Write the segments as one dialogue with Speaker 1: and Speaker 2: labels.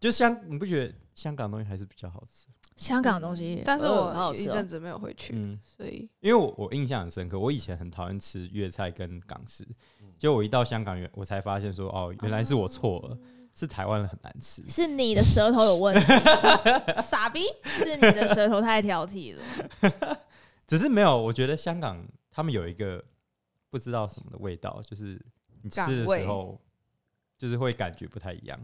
Speaker 1: 就香，你不觉得香港东西还是比较好吃？
Speaker 2: 香港的东西，
Speaker 3: 嗯但是
Speaker 2: 呃
Speaker 3: 我
Speaker 2: 好好
Speaker 3: 一
Speaker 2: 吃哦
Speaker 3: 阵子没有回去，
Speaker 1: 啊嗯，
Speaker 3: 所以
Speaker 1: 因为我我印象很深刻，我以前很讨厌吃粤菜跟港式，
Speaker 2: 嗯
Speaker 1: 结果我一到香港，原我才发现说，哦，原来是我错了，
Speaker 2: 嗯
Speaker 1: 是台湾人很难吃。
Speaker 2: 是你的舌头有问题，
Speaker 3: 傻逼。
Speaker 2: 是你的舌头太挑剔了。
Speaker 1: 只是没有，我觉得香港他们有一个不知道什么的味道，就是你吃的
Speaker 3: 港味
Speaker 1: 时候，就是会感觉不太一样。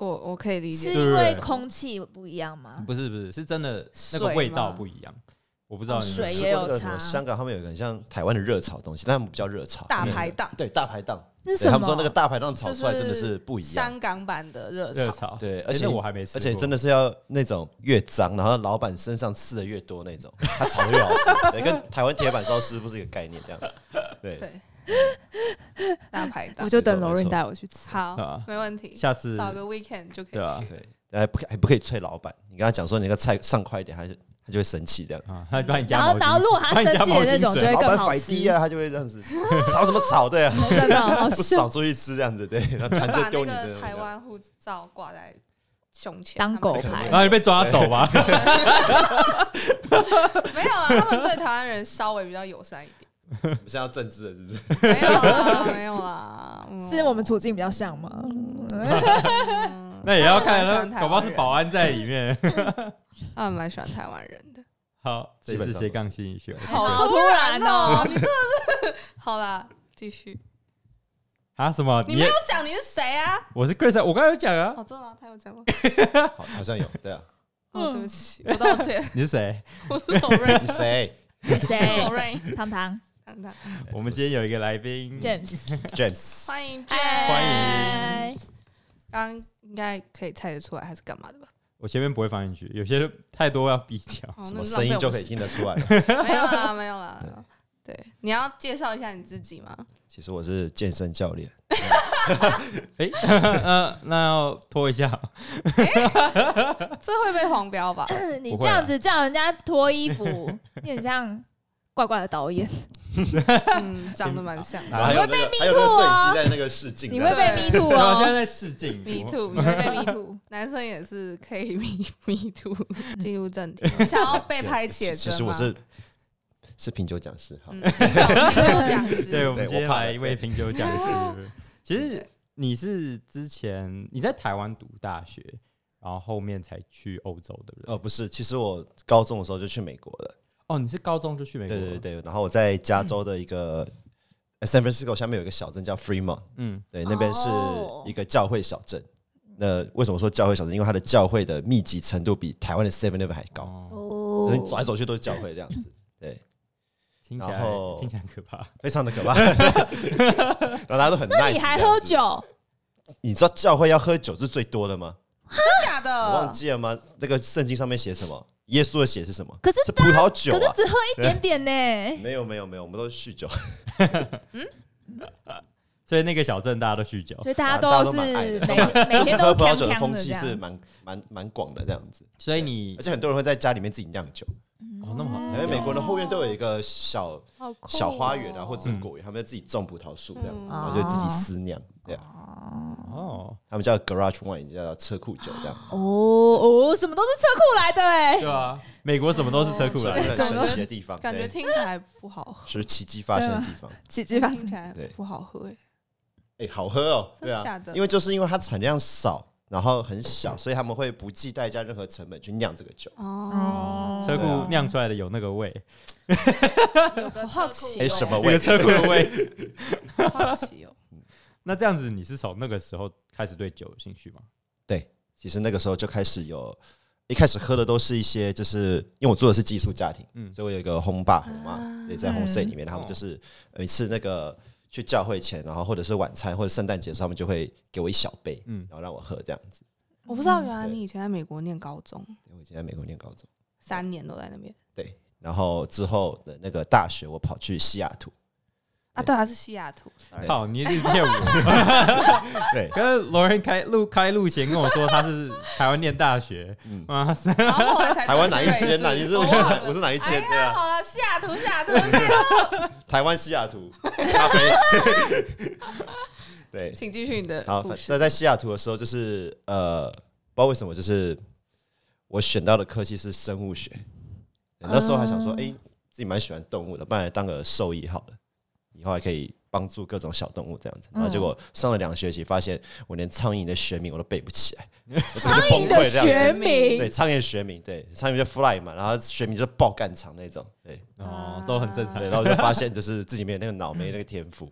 Speaker 3: 我我可以理
Speaker 2: 是
Speaker 3: 解，
Speaker 2: 因为空气不一样吗？
Speaker 1: 不是不是，是真的那
Speaker 3: 水
Speaker 1: 个味道
Speaker 3: 吗
Speaker 1: 不一样。我不知道
Speaker 2: 哦
Speaker 1: 你
Speaker 2: 水
Speaker 1: 们
Speaker 2: 也
Speaker 1: 吃
Speaker 2: 有
Speaker 1: 过
Speaker 2: 有
Speaker 1: 那个
Speaker 2: 差
Speaker 4: 香港他们有一个很像台湾的热炒的东西，但他们不叫热炒，
Speaker 3: 大
Speaker 4: 他们
Speaker 3: 排档
Speaker 4: 对大排档，
Speaker 2: 那是
Speaker 4: 对
Speaker 2: 什
Speaker 4: 哎
Speaker 2: 么？
Speaker 4: 他们说那个大排档炒
Speaker 3: 就
Speaker 4: 出来真的是不一样。
Speaker 3: 香港版的热
Speaker 1: 热
Speaker 3: 炒，
Speaker 1: 炒，
Speaker 4: 对，
Speaker 1: 而
Speaker 4: 而
Speaker 1: 且
Speaker 4: 且
Speaker 1: 哎我还没吃过，
Speaker 4: 而且真的是要那种越脏，然后老板身上刺的越多那种，他炒的越好吃，对，跟台湾铁板烧师傅是一个概念，这样。对，
Speaker 3: 对，大 排档
Speaker 2: 我。就
Speaker 4: 没
Speaker 2: 等柔
Speaker 4: 错没
Speaker 2: 润
Speaker 4: 错
Speaker 2: 带我去吃。
Speaker 3: 好
Speaker 1: 啊，
Speaker 3: 没问题，
Speaker 1: 下次
Speaker 3: 找个 weekend 就可
Speaker 1: 对 啊
Speaker 3: 以去。
Speaker 4: 对，还不可还不可以催老板，你跟他讲说你那个菜上快一点，他就他就会生气这样。
Speaker 1: 啊，他把你加
Speaker 2: 然
Speaker 1: 毛
Speaker 2: 后，
Speaker 1: 巾，
Speaker 2: 然后如果
Speaker 1: 把
Speaker 2: 他生
Speaker 1: 你加
Speaker 2: 气
Speaker 1: 毛
Speaker 2: 的那
Speaker 1: 巾
Speaker 2: 种，就
Speaker 1: 水，
Speaker 2: 会
Speaker 4: 老
Speaker 2: 更
Speaker 4: 板
Speaker 2: 好
Speaker 4: 摆
Speaker 2: 吃
Speaker 4: 低。啊，他就会这样子，炒什么炒？对啊，
Speaker 2: 真的好
Speaker 4: 不
Speaker 2: 笑，
Speaker 4: 爽出去吃这样子，对，然后
Speaker 3: 把
Speaker 4: 盘
Speaker 3: 那
Speaker 4: 着丢你
Speaker 3: 个
Speaker 4: 这
Speaker 3: 台
Speaker 4: 样。
Speaker 3: 湾护照挂在胸前，
Speaker 2: 当
Speaker 3: 他们
Speaker 2: 狗
Speaker 3: 就
Speaker 2: 牌
Speaker 1: 然后你被抓走吧。
Speaker 3: 没有啊，他们对台湾人稍微比较友善一点。
Speaker 4: 我们现在要政治了，是不是？
Speaker 3: 没有啊，没有啊，嗯
Speaker 2: 是我们处境比较像吗？嗯
Speaker 1: 那也要
Speaker 3: 他们蛮喜
Speaker 1: 看，
Speaker 3: 欢
Speaker 1: 那
Speaker 3: 台湾
Speaker 1: 搞不好是保安在里面。
Speaker 3: 他们蛮喜欢台湾人的。
Speaker 1: 好，这里
Speaker 4: 基本
Speaker 1: 是
Speaker 4: 上
Speaker 1: 斜
Speaker 4: 都
Speaker 1: 杠新语学。
Speaker 2: 好突然哦！
Speaker 3: 你真的是 好啦，继续。
Speaker 1: 啊什么？你
Speaker 3: 你没
Speaker 1: 也
Speaker 3: 有讲你是谁啊？
Speaker 1: 我是 Chris，啊我刚才有讲啊。
Speaker 3: 哦，真的吗？他有讲吗？
Speaker 4: 好，好像有，对啊。
Speaker 3: 哦，对不起，我道歉，
Speaker 1: 你是谁？
Speaker 3: 我是 Lorraine，
Speaker 4: 你谁
Speaker 2: 是谁？
Speaker 3: Lorraine，
Speaker 2: 糖糖
Speaker 3: 看他
Speaker 1: 我们今天有一个来宾，
Speaker 2: James，
Speaker 4: ？James。
Speaker 3: 欢迎 j
Speaker 1: 欢
Speaker 2: 迎。
Speaker 3: 刚刚应该可以猜得出来他是干嘛的吧？
Speaker 1: 我前面不会放进去，有些太多要比较。
Speaker 3: 哦，那
Speaker 4: 什么
Speaker 3: 浪
Speaker 4: 声
Speaker 3: 费
Speaker 4: 音
Speaker 3: 我
Speaker 4: 就
Speaker 3: 们
Speaker 4: 可以
Speaker 3: 时
Speaker 4: 听得嗯出来？
Speaker 3: 间？没有啦，没有啦。对，你要介绍一下你自己吗？
Speaker 4: 其实我是健身教练，
Speaker 1: 哎，呃， 那要拖一下。哦
Speaker 3: 这会被黄标 吧？
Speaker 2: 你这样子叫人家脱衣服，你很像怪怪的导演，
Speaker 3: 嗯，长得蛮像的。
Speaker 1: 啊
Speaker 4: 然后还有那个还有那个
Speaker 2: too
Speaker 3: 哦
Speaker 4: 摄
Speaker 2: 啊
Speaker 4: 影机在那个试镜，
Speaker 2: 你会被迷途
Speaker 1: 然后啊 现在
Speaker 2: 哦。
Speaker 1: 在试镜。
Speaker 3: Me
Speaker 1: 我
Speaker 3: too，
Speaker 2: 你会被迷途，
Speaker 3: 男生也是可以 me me too。进入正题，你想要被拍
Speaker 4: 其
Speaker 3: 写
Speaker 4: 其
Speaker 3: 真
Speaker 4: 实我
Speaker 3: 吗？
Speaker 4: 是是品酒讲师，好，
Speaker 3: 嗯，有讲
Speaker 1: 对，
Speaker 3: 师，
Speaker 1: 我们
Speaker 4: 对
Speaker 1: 今天
Speaker 4: 我怕了
Speaker 1: 来一位
Speaker 4: 对
Speaker 1: 品酒讲 师。其实你是之前你在台湾读大学，然后后面才去欧洲的人。
Speaker 4: 哦，不是，其实我高中的时候就去美国了，
Speaker 1: 哦，你是高中就去美国？
Speaker 4: 对对。对，然后我在加州的一个呃 San Francisco 下面有一个小镇叫 Fremont，
Speaker 1: 嗯，
Speaker 4: 对，那边是
Speaker 2: 哦
Speaker 4: 一个教会小镇。那为什么说教会小镇？因为它的教会的密集程度比台湾的 Seven Eleven 还高，
Speaker 1: 哦，
Speaker 2: 哦
Speaker 4: 所以你走来走去都是教会这样子，对，
Speaker 1: 听起来
Speaker 4: 然后
Speaker 1: 听起来很可怕。
Speaker 4: 非常的 可怕。然后大家都很 nice，
Speaker 2: 那你还喝
Speaker 4: 这样子？
Speaker 2: 酒？
Speaker 4: 你知道教会要喝酒是最多的吗？
Speaker 3: 假
Speaker 2: 呃
Speaker 4: 我忘
Speaker 3: 的。
Speaker 4: 记了吗？那个圣经上面写什么？耶稣的血是什么？
Speaker 2: 可是
Speaker 4: 是葡萄酒
Speaker 2: 可是
Speaker 4: 啊！
Speaker 2: 只喝一点点呢。
Speaker 4: 没有没有没有，我们都是酗酒，
Speaker 1: 所以那个小镇大家都酗酒，
Speaker 2: 所以大家
Speaker 4: 哦大家
Speaker 2: 都
Speaker 4: 都
Speaker 2: 是
Speaker 4: 蛮矮的
Speaker 2: 每
Speaker 4: 都蛮
Speaker 2: 每
Speaker 4: 就是
Speaker 2: 天
Speaker 4: 喝
Speaker 2: 都
Speaker 4: 葡萄
Speaker 2: 呛
Speaker 4: 酒的
Speaker 2: 呛
Speaker 4: 风
Speaker 2: 的这
Speaker 4: 气是
Speaker 2: 样。
Speaker 4: 蛮蛮蛮广的这样子，
Speaker 1: 所以你
Speaker 4: 而且很多人会在家里面自己酿酒，
Speaker 1: 哦那么好
Speaker 2: 嗯
Speaker 4: 因哎为美国的后院都有一个小
Speaker 3: 好酷哦
Speaker 4: 小花园
Speaker 2: 嗯
Speaker 4: 啊，或者是果园，他们就自己种葡萄树这样子，然后就自己私酿，对啊，
Speaker 1: 哦，
Speaker 4: 他们叫 garage wine，叫车库酒这样，
Speaker 2: 哦哦，什么都是车库来的哎
Speaker 1: 对。啊，美国什么都是车库啊
Speaker 4: 是
Speaker 1: 来的。
Speaker 4: 一个很神奇的地方，
Speaker 3: 感觉
Speaker 4: 对
Speaker 3: 听起来不好喝，
Speaker 4: 是奇迹发生的地方。
Speaker 3: 啊
Speaker 2: 奇迹发生
Speaker 3: 听。起来
Speaker 4: 对
Speaker 3: 不好喝哎。
Speaker 4: 哎、好喝哦，
Speaker 3: 真
Speaker 4: 对
Speaker 3: 的
Speaker 4: 啊
Speaker 3: 假，的
Speaker 4: 因为就是因为它产量少，然后很小，所以他们会不计代价任何成本去酿这个酒。
Speaker 3: 哦，
Speaker 2: 哦
Speaker 1: 车库
Speaker 4: 对啊
Speaker 1: 酿出来的有那个味，
Speaker 3: 我好奇
Speaker 4: 哎、
Speaker 3: 哦，
Speaker 4: 什么
Speaker 1: 有
Speaker 4: 味？
Speaker 1: 车库的味。
Speaker 3: 我好奇哦。
Speaker 1: 那这样子，你是从那个时候开始对酒有兴趣吗？
Speaker 4: 其实那个时候就开始有，一开始喝的都是一些，就是因为我做的是寄宿家庭，
Speaker 1: 嗯
Speaker 4: 所以我有一个红爸红妈
Speaker 3: 啊
Speaker 4: 也在红
Speaker 3: 嗯
Speaker 4: C 里面，他们
Speaker 1: 哦
Speaker 4: 就是每次那个去教会前，然后或者是晚餐或者圣诞节的时候，他们就会给我一小杯，
Speaker 1: 嗯，
Speaker 4: 然后让我喝这样子。
Speaker 3: 我不知道，原
Speaker 4: 嗯
Speaker 3: 来你以前在美国念高中，
Speaker 4: 因为我以前在美国念高中，
Speaker 3: 三年都在那边
Speaker 4: 对，然后之后的那个大学，我跑去西雅图，
Speaker 3: 啊？对啊，是西雅图。
Speaker 4: 对
Speaker 1: 靠，你一直骗 我。
Speaker 4: 对，
Speaker 1: 刚刚罗人开录开录前跟我说他是台湾念大学，
Speaker 4: 嗯
Speaker 1: 啊，是
Speaker 3: 然后后来才
Speaker 4: 台湾哪一间
Speaker 3: 哪
Speaker 4: 哪？你是我 我是哪一
Speaker 3: 哎
Speaker 4: 间？对
Speaker 3: 呀，
Speaker 4: 啊，
Speaker 3: 好了，西雅图，西 雅图，西雅图
Speaker 4: 台湾西雅图 咖啡。对，
Speaker 3: 请继续你的
Speaker 4: 好，
Speaker 3: 故
Speaker 4: 反
Speaker 3: 事。
Speaker 4: 那在西雅图的时候，就是呃，道为什么，就是我选到的科系是生物学。那时候还想
Speaker 3: 啊
Speaker 4: 说，哎、自己蛮喜欢动物的，不然来当个兽医好了，以后还可以帮助各种小动物这样子。
Speaker 3: 嗯
Speaker 4: 然后结果上了两个学期，发现我连苍蝇的学名我都背不 起来，我整个就崩
Speaker 2: 你的
Speaker 4: 溃这样子。
Speaker 2: 学名
Speaker 4: 对，苍蝇学名，对，苍蝇就 fly 嘛，然后学名就是爆干长那种，对
Speaker 1: 哦，都很正常
Speaker 4: 对，。然后我就发现就是自己没有那个脑，没那个天赋，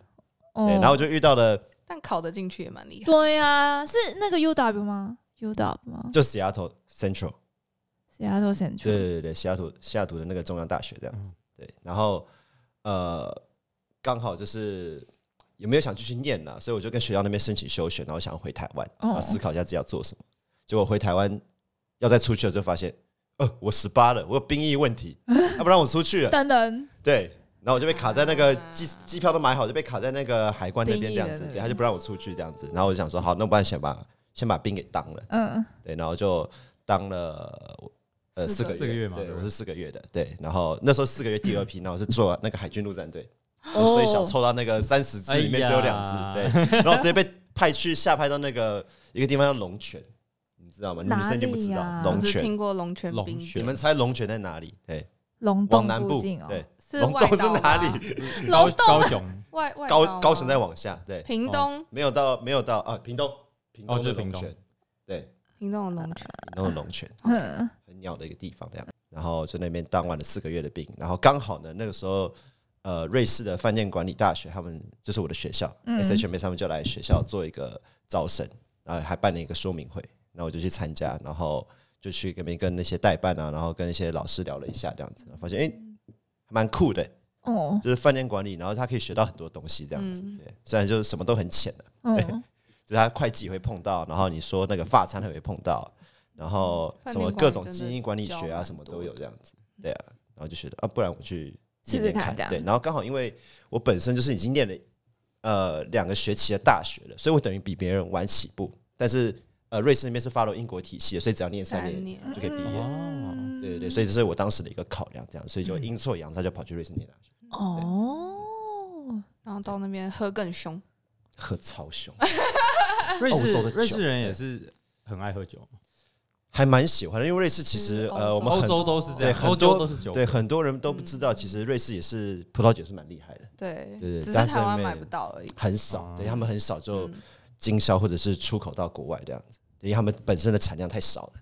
Speaker 2: 哦
Speaker 4: 对，然后我就遇到了
Speaker 3: 但考得进去也蛮厉害。
Speaker 2: 对啊，是那个 UW 吗？UW 吗？
Speaker 4: 就西雅图 Central，
Speaker 2: 西雅图 Central
Speaker 4: 对对对对，西雅图西雅图的那个中央大学这样
Speaker 2: 嗯
Speaker 4: 子，对，然后呃，刚好就是也没有想继续念了，所以我就跟学校那边申请休学，然后想要回台湾，
Speaker 2: 哦
Speaker 4: 然后思考一下自己要做什么。结果回台湾要再出去了，就发现呃，我十八了，我有兵役问 题，啊他不让我出去了，
Speaker 2: 等等，
Speaker 4: 对，然后我就被卡在那个
Speaker 3: 啊
Speaker 4: 机机票都买好，就被卡在那个海关那边这样
Speaker 2: 兵役
Speaker 4: 子
Speaker 2: 的，那
Speaker 4: 对，他就不让我出去这样子，然后我就想说，好，那我不然先把先把兵给当了。
Speaker 2: 嗯，
Speaker 4: 对，然后就当了呃
Speaker 3: 四
Speaker 4: 四
Speaker 3: 个
Speaker 4: 个
Speaker 1: 四个月嘛对
Speaker 4: 对，
Speaker 1: 吧
Speaker 4: 我是四个月的，对，然后那时候四个月 第二批，然后我是做那个海军陆战队，
Speaker 2: 哦
Speaker 4: 所以想凑到那个三十只里面只有两只，
Speaker 1: 哎呀
Speaker 4: 对，然后直接被派去下派到那个一个地方叫龙泉，你知道吗？
Speaker 2: 哪
Speaker 4: 女生就不知
Speaker 2: 里
Speaker 4: 道
Speaker 2: 呀
Speaker 3: 我
Speaker 4: 龙
Speaker 3: 只
Speaker 4: 泉，
Speaker 3: 听过龙泉冰
Speaker 1: 龙
Speaker 4: 你
Speaker 1: 泉
Speaker 4: 们猜龙泉在哪里？对，
Speaker 2: 龙
Speaker 4: 往
Speaker 2: 洞
Speaker 4: 南
Speaker 2: 附
Speaker 4: 部，
Speaker 2: 近哦，
Speaker 4: 对，
Speaker 3: 是
Speaker 4: 龙
Speaker 3: 外
Speaker 4: 洞是
Speaker 3: 岛啊
Speaker 4: 哪
Speaker 3: 吗？
Speaker 4: 里？
Speaker 1: 高
Speaker 2: 龙洞
Speaker 1: 高雄
Speaker 4: 哦
Speaker 3: 外外岛
Speaker 4: 高
Speaker 3: 吗
Speaker 4: 高雄再哦往下，对，
Speaker 3: 屏东，
Speaker 4: 没有到没有到啊，屏东，屏
Speaker 1: 哦
Speaker 4: 东
Speaker 1: 就
Speaker 4: 的
Speaker 1: 是屏东
Speaker 4: 龙泉，对，
Speaker 3: 屏东的龙泉，
Speaker 4: 屏东的龙泉。
Speaker 2: 嗯，
Speaker 4: 很鸟的一个地方，这样。然后就那边当完了四个月的兵，然后刚好呢，那个时候，呃，瑞士的饭店管理大学，他们就是我的学校、
Speaker 2: 嗯
Speaker 4: s h m 他们就来学校做一个招生，然后还办了一个说明会，那我就去参加，然后就去跟跟那些代办啊，然后跟一些老师聊了一下，这样子，发现哎，诶蛮、酷的、
Speaker 2: 哦，
Speaker 4: 就是饭店管理，然后他可以学到很多东西，这样子，
Speaker 3: 嗯
Speaker 4: 对，虽然就是什么都很浅的、
Speaker 2: 嗯，
Speaker 4: 就是他会计会碰到，然后你说那个发餐会碰到，然后什么
Speaker 3: 嗯饭店管理
Speaker 4: 各种
Speaker 3: 真的
Speaker 4: 基因管理
Speaker 3: 教
Speaker 4: 学啊
Speaker 3: 蛮
Speaker 4: 什么都
Speaker 3: 多
Speaker 4: 有
Speaker 3: 的
Speaker 4: 这样子，对啊，然后就觉得啊，不然我去
Speaker 2: 试试
Speaker 4: 练练
Speaker 2: 看这样
Speaker 4: 对，然后刚好因为我本身就是已经念了呃两个学期的大学了，所以我等于比别人晚起步，但是呃瑞士那边是 follow 英国体系的，所以只要念三
Speaker 3: 三
Speaker 4: 年
Speaker 3: 年，
Speaker 4: 就可以毕业，
Speaker 1: 哦，
Speaker 2: 嗯
Speaker 4: 对对对，所以这是我当时的一个考量，这样，所以就
Speaker 3: 嗯
Speaker 4: 阴错阳差就跑去瑞士念大学，
Speaker 2: 哦，
Speaker 3: 然后到那边喝更凶，
Speaker 4: 喝超凶，
Speaker 1: 瑞士
Speaker 4: 洲的酒
Speaker 1: 瑞士人也是很爱喝酒，
Speaker 4: 还蛮喜欢的，因为瑞士其实
Speaker 3: 就是
Speaker 4: 呃我们
Speaker 1: 欧
Speaker 4: 很
Speaker 1: 洲都是这
Speaker 4: 对
Speaker 1: 样，
Speaker 4: 很
Speaker 1: 欧洲
Speaker 4: 多
Speaker 1: 都是酒鬼，
Speaker 4: 对，很多人都不知道，
Speaker 3: 嗯
Speaker 4: 其实瑞士也是葡萄酒是蛮厉害的，
Speaker 3: 对
Speaker 4: 对对
Speaker 3: 只是
Speaker 4: 但是
Speaker 3: 台湾
Speaker 4: 没
Speaker 3: 买不到而已。
Speaker 4: 很少
Speaker 1: 哦，
Speaker 4: 对他们很少就
Speaker 3: 嗯
Speaker 4: 经销或者是出口到国外这样子，因为他们本身的产量太少了，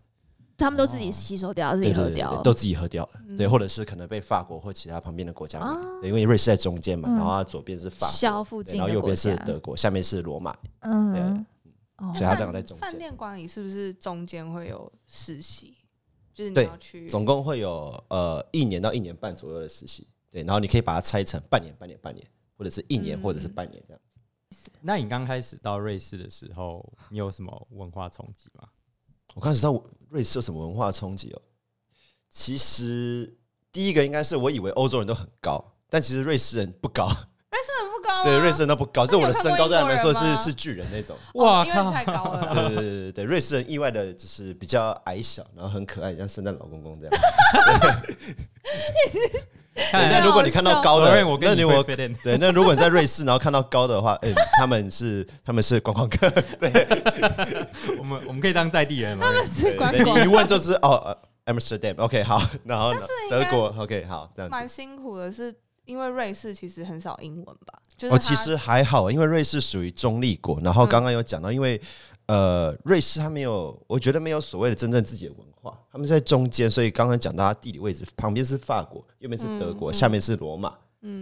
Speaker 2: 他们都自己吸收掉，自
Speaker 4: 哦对
Speaker 2: 己
Speaker 4: 对
Speaker 2: 喝
Speaker 4: 对对，
Speaker 2: 掉
Speaker 4: 对，都自己喝掉了，
Speaker 3: 嗯
Speaker 4: 对，或者是可能被法国或其他旁边的国
Speaker 2: 啊
Speaker 4: 家买，对因为瑞士在中间嘛，
Speaker 2: 哦嗯
Speaker 4: 然后它左边是法
Speaker 2: 消
Speaker 4: 国，
Speaker 2: 附
Speaker 4: 对
Speaker 2: 近
Speaker 4: 然后
Speaker 2: 的
Speaker 4: 右
Speaker 2: 国
Speaker 4: 边是
Speaker 2: 家，
Speaker 4: 德国，下面是罗马，
Speaker 2: 嗯，哦
Speaker 4: 所以它正好在中
Speaker 3: 饭
Speaker 4: 间。
Speaker 3: 店管理是不是中间会有实习？就是你
Speaker 4: 对
Speaker 3: 要去
Speaker 2: 嗯
Speaker 4: 总共会有呃一年到一年半左右的实习，对，然后你可以把它拆成半年、半年、半年，或者是一年，
Speaker 3: 嗯
Speaker 4: 或者是半年这样。
Speaker 1: 那你刚开始到瑞士的时候，你有什么文化冲击吗？
Speaker 4: 我开始知道瑞士有什么文化冲击哦。其实第一个应该是我以为欧洲人都很高，但其实瑞士人不高，
Speaker 3: 不高、啊，
Speaker 4: 对，瑞士人都不高。这我的身高对他们来说
Speaker 3: 那你有看过英国人
Speaker 4: 是
Speaker 3: 吗
Speaker 4: 是巨人那种。
Speaker 3: 哇，
Speaker 2: 哦
Speaker 1: 哇
Speaker 3: 因为你
Speaker 1: 靠！
Speaker 3: 太高了
Speaker 4: 对
Speaker 3: 啦，
Speaker 4: 对对对对，瑞士人意外的就是比较矮小，然后很可爱，像圣诞老公公这样。
Speaker 1: 看来
Speaker 4: 那如果你看到高的，
Speaker 1: Lauren，我
Speaker 4: 那
Speaker 1: 跟你
Speaker 4: 我
Speaker 1: 会 fit in
Speaker 4: 对，那如果你在瑞士，然后看到高的话，嗯，他们是他们是观光客，
Speaker 1: 我们我们可以当在地人吗？
Speaker 2: 是观
Speaker 4: 对
Speaker 2: 光
Speaker 4: 你一问就是哦呃，Amsterdam，OK，好，然后呢
Speaker 3: 应
Speaker 4: 德
Speaker 3: 该
Speaker 4: 国，OK，好，这样子。
Speaker 3: 蛮辛苦的是。因为瑞士其实很少英文吧，就是嗯
Speaker 4: 哦，
Speaker 3: 它
Speaker 4: 其实还好，因为瑞士属于中立国。然后刚刚有讲到，因为呃，瑞士它没有，我觉得没有所谓的真正自己的文化，他们是在中间。所以刚刚讲到它地理位置，旁边是法国，右边是德
Speaker 3: 嗯
Speaker 4: 国，
Speaker 3: 嗯嗯
Speaker 4: 下面是罗马。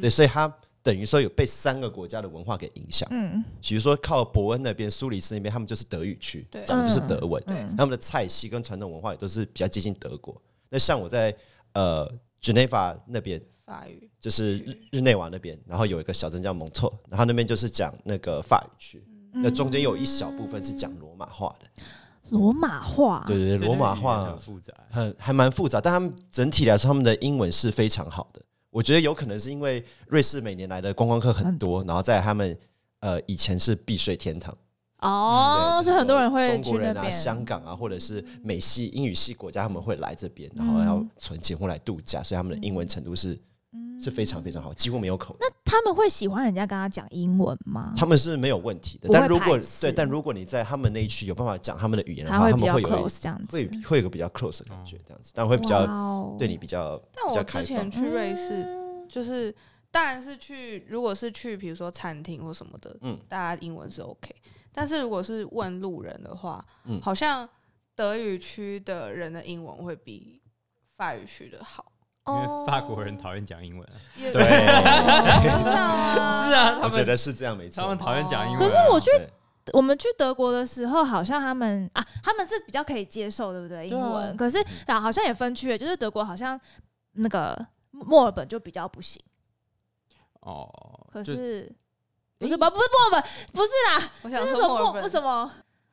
Speaker 4: 对，所以它等于说有被三个国家的文化给影响。
Speaker 2: 嗯
Speaker 4: 比如说靠伯恩那边、苏黎世那边，他们就是德语区
Speaker 3: 对，
Speaker 4: 讲的就是德文。
Speaker 2: 嗯
Speaker 4: 他们的菜系跟传统文化也都是比较接近德国。那像我在呃 Geneva 那边，
Speaker 3: 法语，
Speaker 4: 就是日日内瓦那边，然后有一个小镇叫蒙特，然后那边就是讲那个法语区，
Speaker 2: 嗯
Speaker 4: 那中间有一小部分是讲罗马话的，
Speaker 2: 罗马话，
Speaker 4: 对嗯对对，罗马
Speaker 1: 所以那个语言
Speaker 4: 话
Speaker 1: 很复杂。
Speaker 4: 很还蛮复杂，但他们整体来说，他们的英文是非常好的。我觉得有可能是因为瑞士每年来的观光客很多，然后在他们呃以前是避税天堂，
Speaker 2: 哦，
Speaker 4: 嗯对
Speaker 2: 所以很多人会
Speaker 4: 中
Speaker 2: 去
Speaker 4: 国
Speaker 2: 那
Speaker 4: 人啊、
Speaker 2: 边，
Speaker 4: 香港啊，或者是美系
Speaker 2: 嗯
Speaker 4: 英语系国家，他们会来这边，然后要存钱或来度假，所以他们的英文程度是是非常非常好，几乎没有口音。
Speaker 2: 他们会喜欢人家跟他讲英文吗？
Speaker 4: 他们是没有问题的，
Speaker 2: 啊不会
Speaker 4: 但如果
Speaker 2: 排斥
Speaker 4: 对，但如果你在他们那一区有办法讲他们的语言的
Speaker 2: 他
Speaker 4: 话，他
Speaker 2: 比
Speaker 4: 们
Speaker 2: 较
Speaker 4: 会有一
Speaker 2: close 这样子哦
Speaker 4: 会，会有个比较 close 的感
Speaker 1: 嗯
Speaker 4: 觉，这样子，但会比较
Speaker 2: 较
Speaker 4: 对你比较
Speaker 3: 但
Speaker 4: 比
Speaker 3: 我
Speaker 4: 较开
Speaker 3: 之
Speaker 4: 放
Speaker 3: 前。去瑞士，
Speaker 2: 士，
Speaker 3: 就是当然是去，如果是去比如说餐厅或什么的，
Speaker 4: 嗯
Speaker 3: 大家英文是 OK。但是如果是问路人的话，
Speaker 4: 嗯
Speaker 3: 好像德语区的人的英文会比法语区的好。
Speaker 2: 嗯
Speaker 1: 因
Speaker 2: 哦
Speaker 1: 为法国人讨厌讲英文啊、
Speaker 3: 也
Speaker 4: 对，
Speaker 2: 真的啊
Speaker 1: 是啊，他
Speaker 4: 我觉
Speaker 1: 们
Speaker 4: 得是这样没错
Speaker 1: 他。们讨厌讲英文啊、
Speaker 2: 可是我去
Speaker 4: 对
Speaker 2: 我们去德国的时候，好像他们啊，他们是比较可以接受，对不对？英
Speaker 1: 啊
Speaker 2: 文，可是
Speaker 4: 嗯
Speaker 2: 啊，好像也分区耶，就是德国好像那个墨尔本就比较不行，
Speaker 1: 哦，
Speaker 2: 可。
Speaker 1: 就是
Speaker 2: 不是吧？不是墨尔本，不是啦，
Speaker 3: 我
Speaker 2: 那
Speaker 3: 想
Speaker 2: 是
Speaker 3: 说
Speaker 2: 什么
Speaker 3: 墨尔
Speaker 2: 墨
Speaker 3: 本
Speaker 2: 什么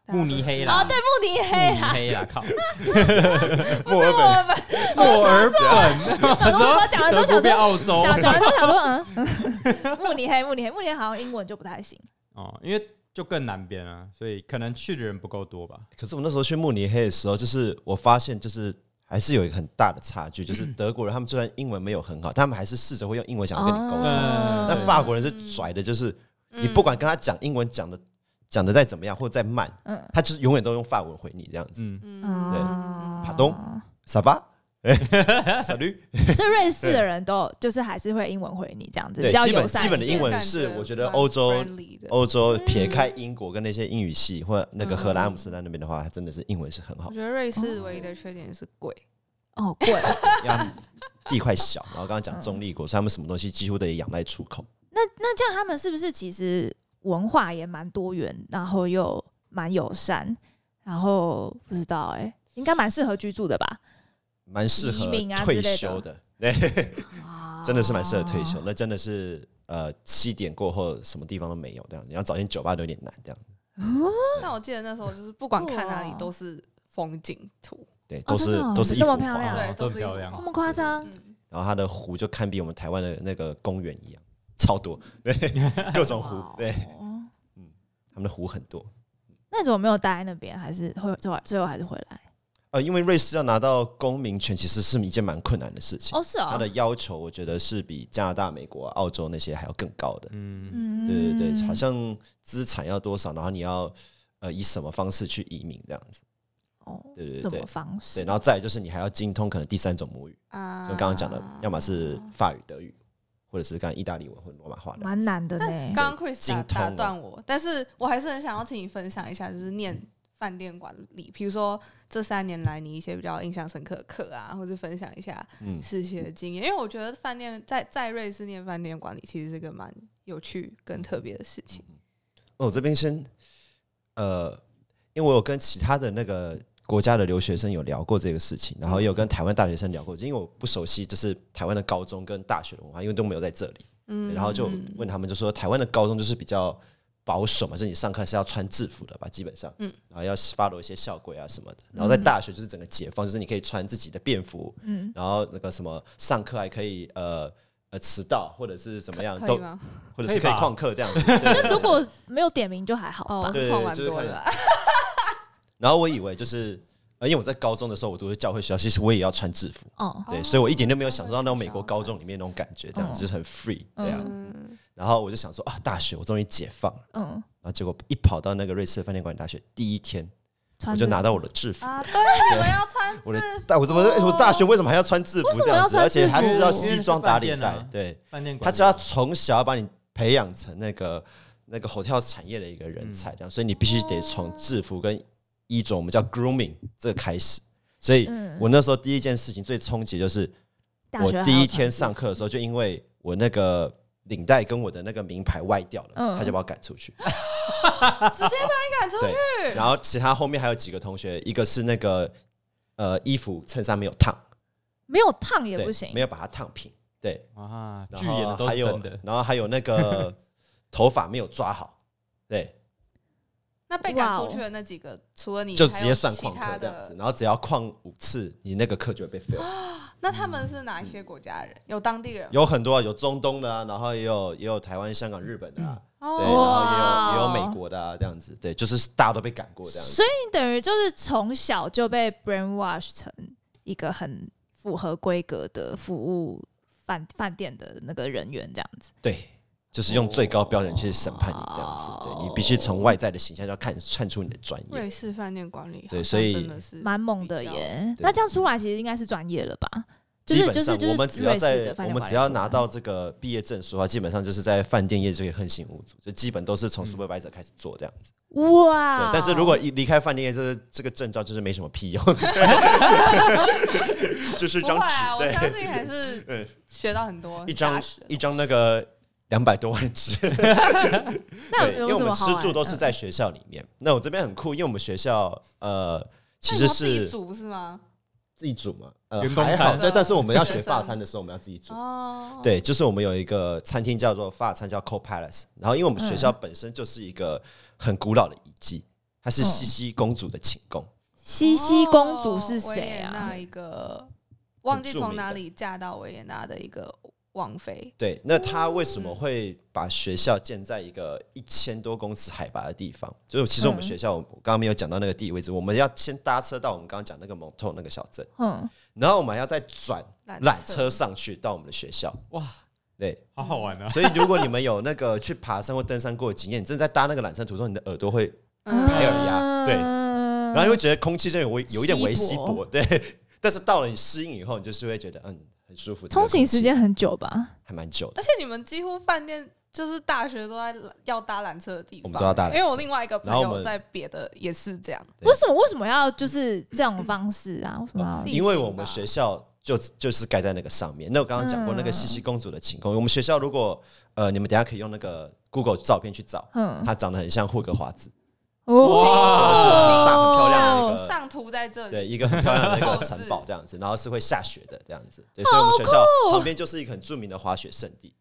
Speaker 1: 慕尼黑啦，
Speaker 2: 啊？对，慕尼
Speaker 1: 慕
Speaker 2: 黑啊
Speaker 1: 尼
Speaker 2: 啦，
Speaker 1: 黑啦， 靠，
Speaker 4: 嗯墨尔
Speaker 2: 墨
Speaker 4: 本，
Speaker 2: 尔本。
Speaker 1: 墨尔本，
Speaker 2: 我我我讲完之后
Speaker 1: 德国
Speaker 2: 想
Speaker 1: 变
Speaker 2: 说，
Speaker 1: 澳
Speaker 4: 哦
Speaker 1: 洲
Speaker 2: 讲讲完之后想说，嗯， 嗯慕尼黑，慕尼黑，慕尼黑好像英文就不太行。
Speaker 1: 哦，因为就更南边啊，所以可能去的人不够多吧。
Speaker 4: 可是我那时候去慕尼黑的时候，就是我发现就是。还是有一个很大的差距，就是德国人他们虽然英文没有很好，但他们还是试着会用英文想要
Speaker 3: 哦
Speaker 4: 跟你
Speaker 2: 哦
Speaker 4: 沟通。
Speaker 1: 嗯
Speaker 4: 那法国人是拽的，就是
Speaker 2: 嗯
Speaker 3: 嗯
Speaker 4: 你不管跟他讲英文讲的讲的再怎么样，或者再慢，
Speaker 2: 嗯
Speaker 4: 他就是永远都用法文回你这样子。
Speaker 1: 嗯，
Speaker 3: 嗯
Speaker 4: 对
Speaker 2: 啊
Speaker 4: 帕东 傻 吧？哎，傻驴。
Speaker 2: 所以瑞士的人都就是还是会英文回你这样子，
Speaker 4: 对
Speaker 2: 比较
Speaker 4: 基本
Speaker 2: 友善一
Speaker 4: 基
Speaker 2: 点。
Speaker 4: 本的英文是我觉得欧洲欧洲撇开英国跟那些英语系或者那个荷兰阿姆斯特丹那边的话，它真的是英文是很好
Speaker 2: 嗯
Speaker 3: 我，觉得瑞士唯一的缺点是贵，
Speaker 2: 哦，贵。
Speaker 4: 因为他们地块小，然后刚刚讲中立国，所以他们什么东西几乎都得仰赖出口。
Speaker 2: 那那这样他们是不是其实文化也蛮多元，然后又蛮友善，然后不知道哎、应该蛮适合居住的吧？
Speaker 4: 蛮适
Speaker 2: 移
Speaker 4: 合
Speaker 2: 民啊之类
Speaker 4: 退
Speaker 2: 的
Speaker 4: 休的，对，真的是蛮适合退休。
Speaker 2: 哦
Speaker 4: 那真的是呃，七点过后什么地方都没有，这样你要找间酒吧都有点难，这样
Speaker 3: 但我记得那时候就是不管看哪里
Speaker 2: 哇
Speaker 3: 都是风景图，
Speaker 4: 对，
Speaker 2: 哦
Speaker 4: 都是
Speaker 2: 真的哦
Speaker 4: 都是一
Speaker 2: 这
Speaker 4: 幅
Speaker 2: 么
Speaker 4: 画，
Speaker 2: 漂亮
Speaker 1: 哦
Speaker 4: 啊
Speaker 1: 都
Speaker 3: 对，都
Speaker 1: 很
Speaker 3: 是
Speaker 1: 漂亮
Speaker 2: 那么夸张，
Speaker 3: 嗯
Speaker 4: 然后它的湖就堪比我们台湾的那个公园一样，超多， 对，各种湖
Speaker 2: 哇哦，
Speaker 4: 对，他们的湖很多。
Speaker 2: 那你怎么没有待在那边？还是会最后最后还是回来？
Speaker 4: 呃，因为瑞士要拿到公民权，其实是一件蛮困难的事情。
Speaker 2: 哦，是
Speaker 4: 它
Speaker 2: 哦
Speaker 4: 的，要求，我觉得是比加拿大、美国、啊澳洲那些还要更高的。
Speaker 1: 嗯，
Speaker 2: 嗯
Speaker 4: 对对对，好像资产要多少，然后你要呃以什么方式去移民这样子。
Speaker 2: 哦，
Speaker 4: 对对
Speaker 2: 什
Speaker 4: 对
Speaker 2: 么方
Speaker 4: 对，
Speaker 2: 式？
Speaker 4: 然后再来就是你还要精通可能第三种母语，
Speaker 3: 啊
Speaker 4: 就刚刚讲的，要么是法语、德语，或者是刚刚意大利文或罗马话的。
Speaker 2: 蛮难的呢。
Speaker 3: 刚刚 Chris 打
Speaker 4: 精通
Speaker 3: 打
Speaker 4: 啊
Speaker 3: 断我，但是我还是很想要请你分享一下，就是念饭店管理，比如说这三年来你一些比较印象深刻的课啊，或者分享一下
Speaker 4: 嗯，
Speaker 3: 实习的经验，因为我觉得饭店在在瑞士念饭店管理其实是个蛮有趣跟特别的事情。
Speaker 4: 那我这边先，呃，因为我有跟其他的那个国家的留学生有聊过这个事情，然后也有跟台湾大学生聊过，因为我不熟悉就是台湾的高中跟大学的文化，因为都没有在这里，
Speaker 3: 嗯
Speaker 4: 然后就问他们就说台湾的高中就是比较保守嘛，就是你上课是要穿制服的吧，基本上，
Speaker 3: 嗯
Speaker 4: 然后要 follow 一些校规啊什么的，然后在大学就是整个解放，就是你可以穿自己的便服，
Speaker 2: 嗯，
Speaker 4: 然后那个什么上课还可以呃呃迟到或者是怎么样
Speaker 3: 可
Speaker 4: 都
Speaker 3: 以，吗？
Speaker 4: 或者是
Speaker 1: 可
Speaker 4: 可
Speaker 1: 以
Speaker 4: 以
Speaker 1: 吧
Speaker 4: 旷课这样子，对对对
Speaker 2: 如果没有点名就还好
Speaker 3: 哦，
Speaker 2: 吧。
Speaker 4: 对
Speaker 3: 是
Speaker 4: 对
Speaker 3: 碰蛮
Speaker 4: 就是
Speaker 3: 多
Speaker 4: 看
Speaker 3: 的啊，
Speaker 4: 然后我以为就是，呃，因为我在高中的时候，我读的教会学校，其实我也要穿制服，
Speaker 2: 哦，
Speaker 4: 对，
Speaker 3: 哦
Speaker 4: 所以我一点都没有享受到那
Speaker 3: 教会
Speaker 4: 种美
Speaker 3: 学校
Speaker 4: 国高中里面那种感觉，这样
Speaker 2: 嗯
Speaker 4: 子就是很 free，对啊。
Speaker 3: 嗯，
Speaker 4: 然后我就想说啊，大学我终于解放了，
Speaker 2: 嗯，
Speaker 4: 然后结果一跑到那个瑞士的饭店管理大学，第一天我
Speaker 2: 穿
Speaker 4: 就
Speaker 2: 着
Speaker 4: 拿到我的制服，
Speaker 3: 啊，对，你们要穿
Speaker 4: 我的大我怎么哎我大学为什么还要穿制服这样子？
Speaker 2: 哦为什么
Speaker 4: 而且
Speaker 2: 要穿制服
Speaker 4: 还是要西装打
Speaker 1: 因为
Speaker 4: 领
Speaker 1: 是饭
Speaker 4: 带
Speaker 1: 店啊，
Speaker 4: 对
Speaker 1: 饭店管
Speaker 4: 他
Speaker 1: 理
Speaker 4: 只要从小要把你培养成那个那个 hotel 产业的一个人才，这样，所以你必须得从制服跟衣着，我们叫 grooming 这个开始，所以。
Speaker 2: 嗯
Speaker 4: 我那时候第一件事情最冲击就是，
Speaker 2: 大学
Speaker 4: 我
Speaker 2: 还要
Speaker 4: 第一
Speaker 2: 穿
Speaker 4: 天上课的时候，就因为我那个领带跟我的那个名牌歪掉了，
Speaker 2: 嗯
Speaker 4: 他就把我赶出去。
Speaker 3: 直接把你赶出去，
Speaker 4: 对，然后其他后面还有几个同学，一个是那个呃衣服衬衫没有烫，
Speaker 2: 没有烫也
Speaker 4: 对
Speaker 2: 不行，
Speaker 4: 没有把它烫平，对，
Speaker 1: 啊，
Speaker 4: 然
Speaker 1: 剧演的
Speaker 4: 后
Speaker 1: 都
Speaker 4: 哦还
Speaker 1: 是
Speaker 4: 有
Speaker 1: 真的，
Speaker 4: 然后还有 那个头发没有抓好，对，
Speaker 3: 那被赶出去的那几个，除了你，
Speaker 4: 就直接算
Speaker 3: 嗯还有
Speaker 4: 旷
Speaker 3: 其他
Speaker 4: 课这样子，
Speaker 3: 的。
Speaker 4: 然后只要旷五次，你那个课就会 被 fail。
Speaker 3: 那他
Speaker 4: 嗯
Speaker 3: 们是哪一些国家人？有当地人吗？
Speaker 4: 有很多啊，有中东的啊，然后也有也有台湾、香港、日本的啊。
Speaker 3: 哦
Speaker 4: 对，然后也有
Speaker 2: 哇
Speaker 4: 也有美国的啊，这样子，对，就是大家都被赶过这样子，
Speaker 2: 所以你等于就是从小就被 brainwash 成一个很符合规格的服务饭饭店的那个人员这样子。
Speaker 4: 对，就是用最高标准去审判你这样子。对你必须从外在的形象就要看看出你的专业。
Speaker 3: 瑞士饭店管理好像
Speaker 4: 对所以
Speaker 3: 真的是
Speaker 2: 蛮猛的
Speaker 3: 比较。
Speaker 2: 耶。
Speaker 4: 对
Speaker 2: 那这样出来其实应该是专业了吧？就
Speaker 4: 基
Speaker 2: 是
Speaker 4: 本
Speaker 2: 就是
Speaker 4: 上
Speaker 2: 就是
Speaker 4: 我们只要
Speaker 2: 瑞士
Speaker 4: 在
Speaker 2: 的饭店
Speaker 4: 我们
Speaker 2: 管理
Speaker 4: 只要
Speaker 2: 出
Speaker 4: 拿
Speaker 2: 来啊
Speaker 4: 到这个毕业证书的话，基本上就是在饭店业就可以横行无阻，就基本都是
Speaker 2: 嗯
Speaker 4: 从 supervisor 开始做这样子。对
Speaker 2: 哇，，
Speaker 4: 但是如果一离开饭店业，这这个证照就是没什么屁用， 就是一
Speaker 3: 不
Speaker 4: 张
Speaker 3: 会
Speaker 4: 纸
Speaker 3: 啊，，我
Speaker 4: 对，
Speaker 3: 相信还是
Speaker 4: 对
Speaker 3: 学到很多
Speaker 4: 一
Speaker 3: 扎
Speaker 4: 张
Speaker 3: 实的
Speaker 4: 一张那个两百多万纸，
Speaker 2: 那
Speaker 4: 对，因
Speaker 2: 有
Speaker 4: 为
Speaker 2: 有
Speaker 4: 我
Speaker 2: 什
Speaker 4: 们
Speaker 2: 么
Speaker 4: 吃
Speaker 2: 好玩嗯
Speaker 4: 住都是在学校里面。那我这边很酷，因为我们学校呃其
Speaker 3: 那
Speaker 4: 实
Speaker 3: 你要自己
Speaker 4: 是
Speaker 3: 煮是吗？
Speaker 4: 自己煮嘛，呃
Speaker 1: 员工
Speaker 4: 还好
Speaker 1: 餐
Speaker 4: 对，但是我们要学
Speaker 3: 学生
Speaker 4: 法餐的时候，我们要自己煮。
Speaker 3: 哦，
Speaker 4: 对，就是我们有一个餐厅叫做法餐叫 Co Palace，然后因为我们学校本身就是一个很古老的遗迹，它是茜茜公主的寝宫，
Speaker 2: 西西公主是谁
Speaker 3: 哦哦维也
Speaker 2: 啊？
Speaker 3: 纳一个忘记
Speaker 4: 很著名
Speaker 3: 从哪
Speaker 4: 的
Speaker 3: 里嫁到维也纳的一个王妃。
Speaker 4: 对，那他为什么会把学校建在一个一千多公尺海拔的地方？就是其实我们
Speaker 2: 嗯
Speaker 4: 学校，我刚刚没有讲到那个地理位置，我们要先搭车到我们刚刚讲那个蒙特那个小镇，
Speaker 2: 嗯，
Speaker 4: 然后我们还要再转
Speaker 3: 缆
Speaker 4: 缆
Speaker 3: 车
Speaker 4: 车上去到我们的学校。
Speaker 1: 哇，
Speaker 4: 对，
Speaker 1: 好好玩啊！
Speaker 4: 所以如果你们有那个去爬山或登山过的经验，你正在搭那个缆车途中，你的耳朵会，
Speaker 3: 嗯
Speaker 4: 有耳压对
Speaker 2: 然
Speaker 4: 然后你会觉得空气真的有微有一点微
Speaker 2: 嗯
Speaker 4: 稀
Speaker 2: 稀薄
Speaker 4: 薄，对。但是到了你适应以后，你就是会觉得嗯很舒服。这个
Speaker 2: 通勤
Speaker 4: 空气
Speaker 2: 时间很久吧？
Speaker 4: 还蛮久的，
Speaker 3: 而且你们几乎饭店就是大学都在要搭缆车的地方，
Speaker 4: 我们都要搭缆车
Speaker 3: 因为我另外一个朋
Speaker 4: 然后我
Speaker 3: 友
Speaker 4: 们
Speaker 3: 在别的也是这样，
Speaker 4: 对
Speaker 2: 为什么为什么要就是这种方式啊？为什么要
Speaker 3: 地？
Speaker 4: 因为
Speaker 3: 形
Speaker 4: 我
Speaker 3: 吧
Speaker 4: 们学校就就是盖在那个上面。那我刚刚讲过那
Speaker 2: 嗯
Speaker 4: 个茜茜公主的情况，我们学校如果呃，你们等一下可以用那个 Google 照片去找，
Speaker 2: 嗯，
Speaker 4: 它长得很像霍格华兹，
Speaker 2: 哦
Speaker 1: 哇
Speaker 4: 真的是很大很漂亮的一个。
Speaker 3: 上图在
Speaker 2: 嗯
Speaker 3: 这里，
Speaker 4: 对，一个很漂亮的那
Speaker 3: 后
Speaker 4: 个
Speaker 3: 置
Speaker 4: 城堡这样子，然后是会下雪的这样子，对，所以我们学校
Speaker 2: 哦
Speaker 4: 旁边就是一个很著名的滑雪圣地，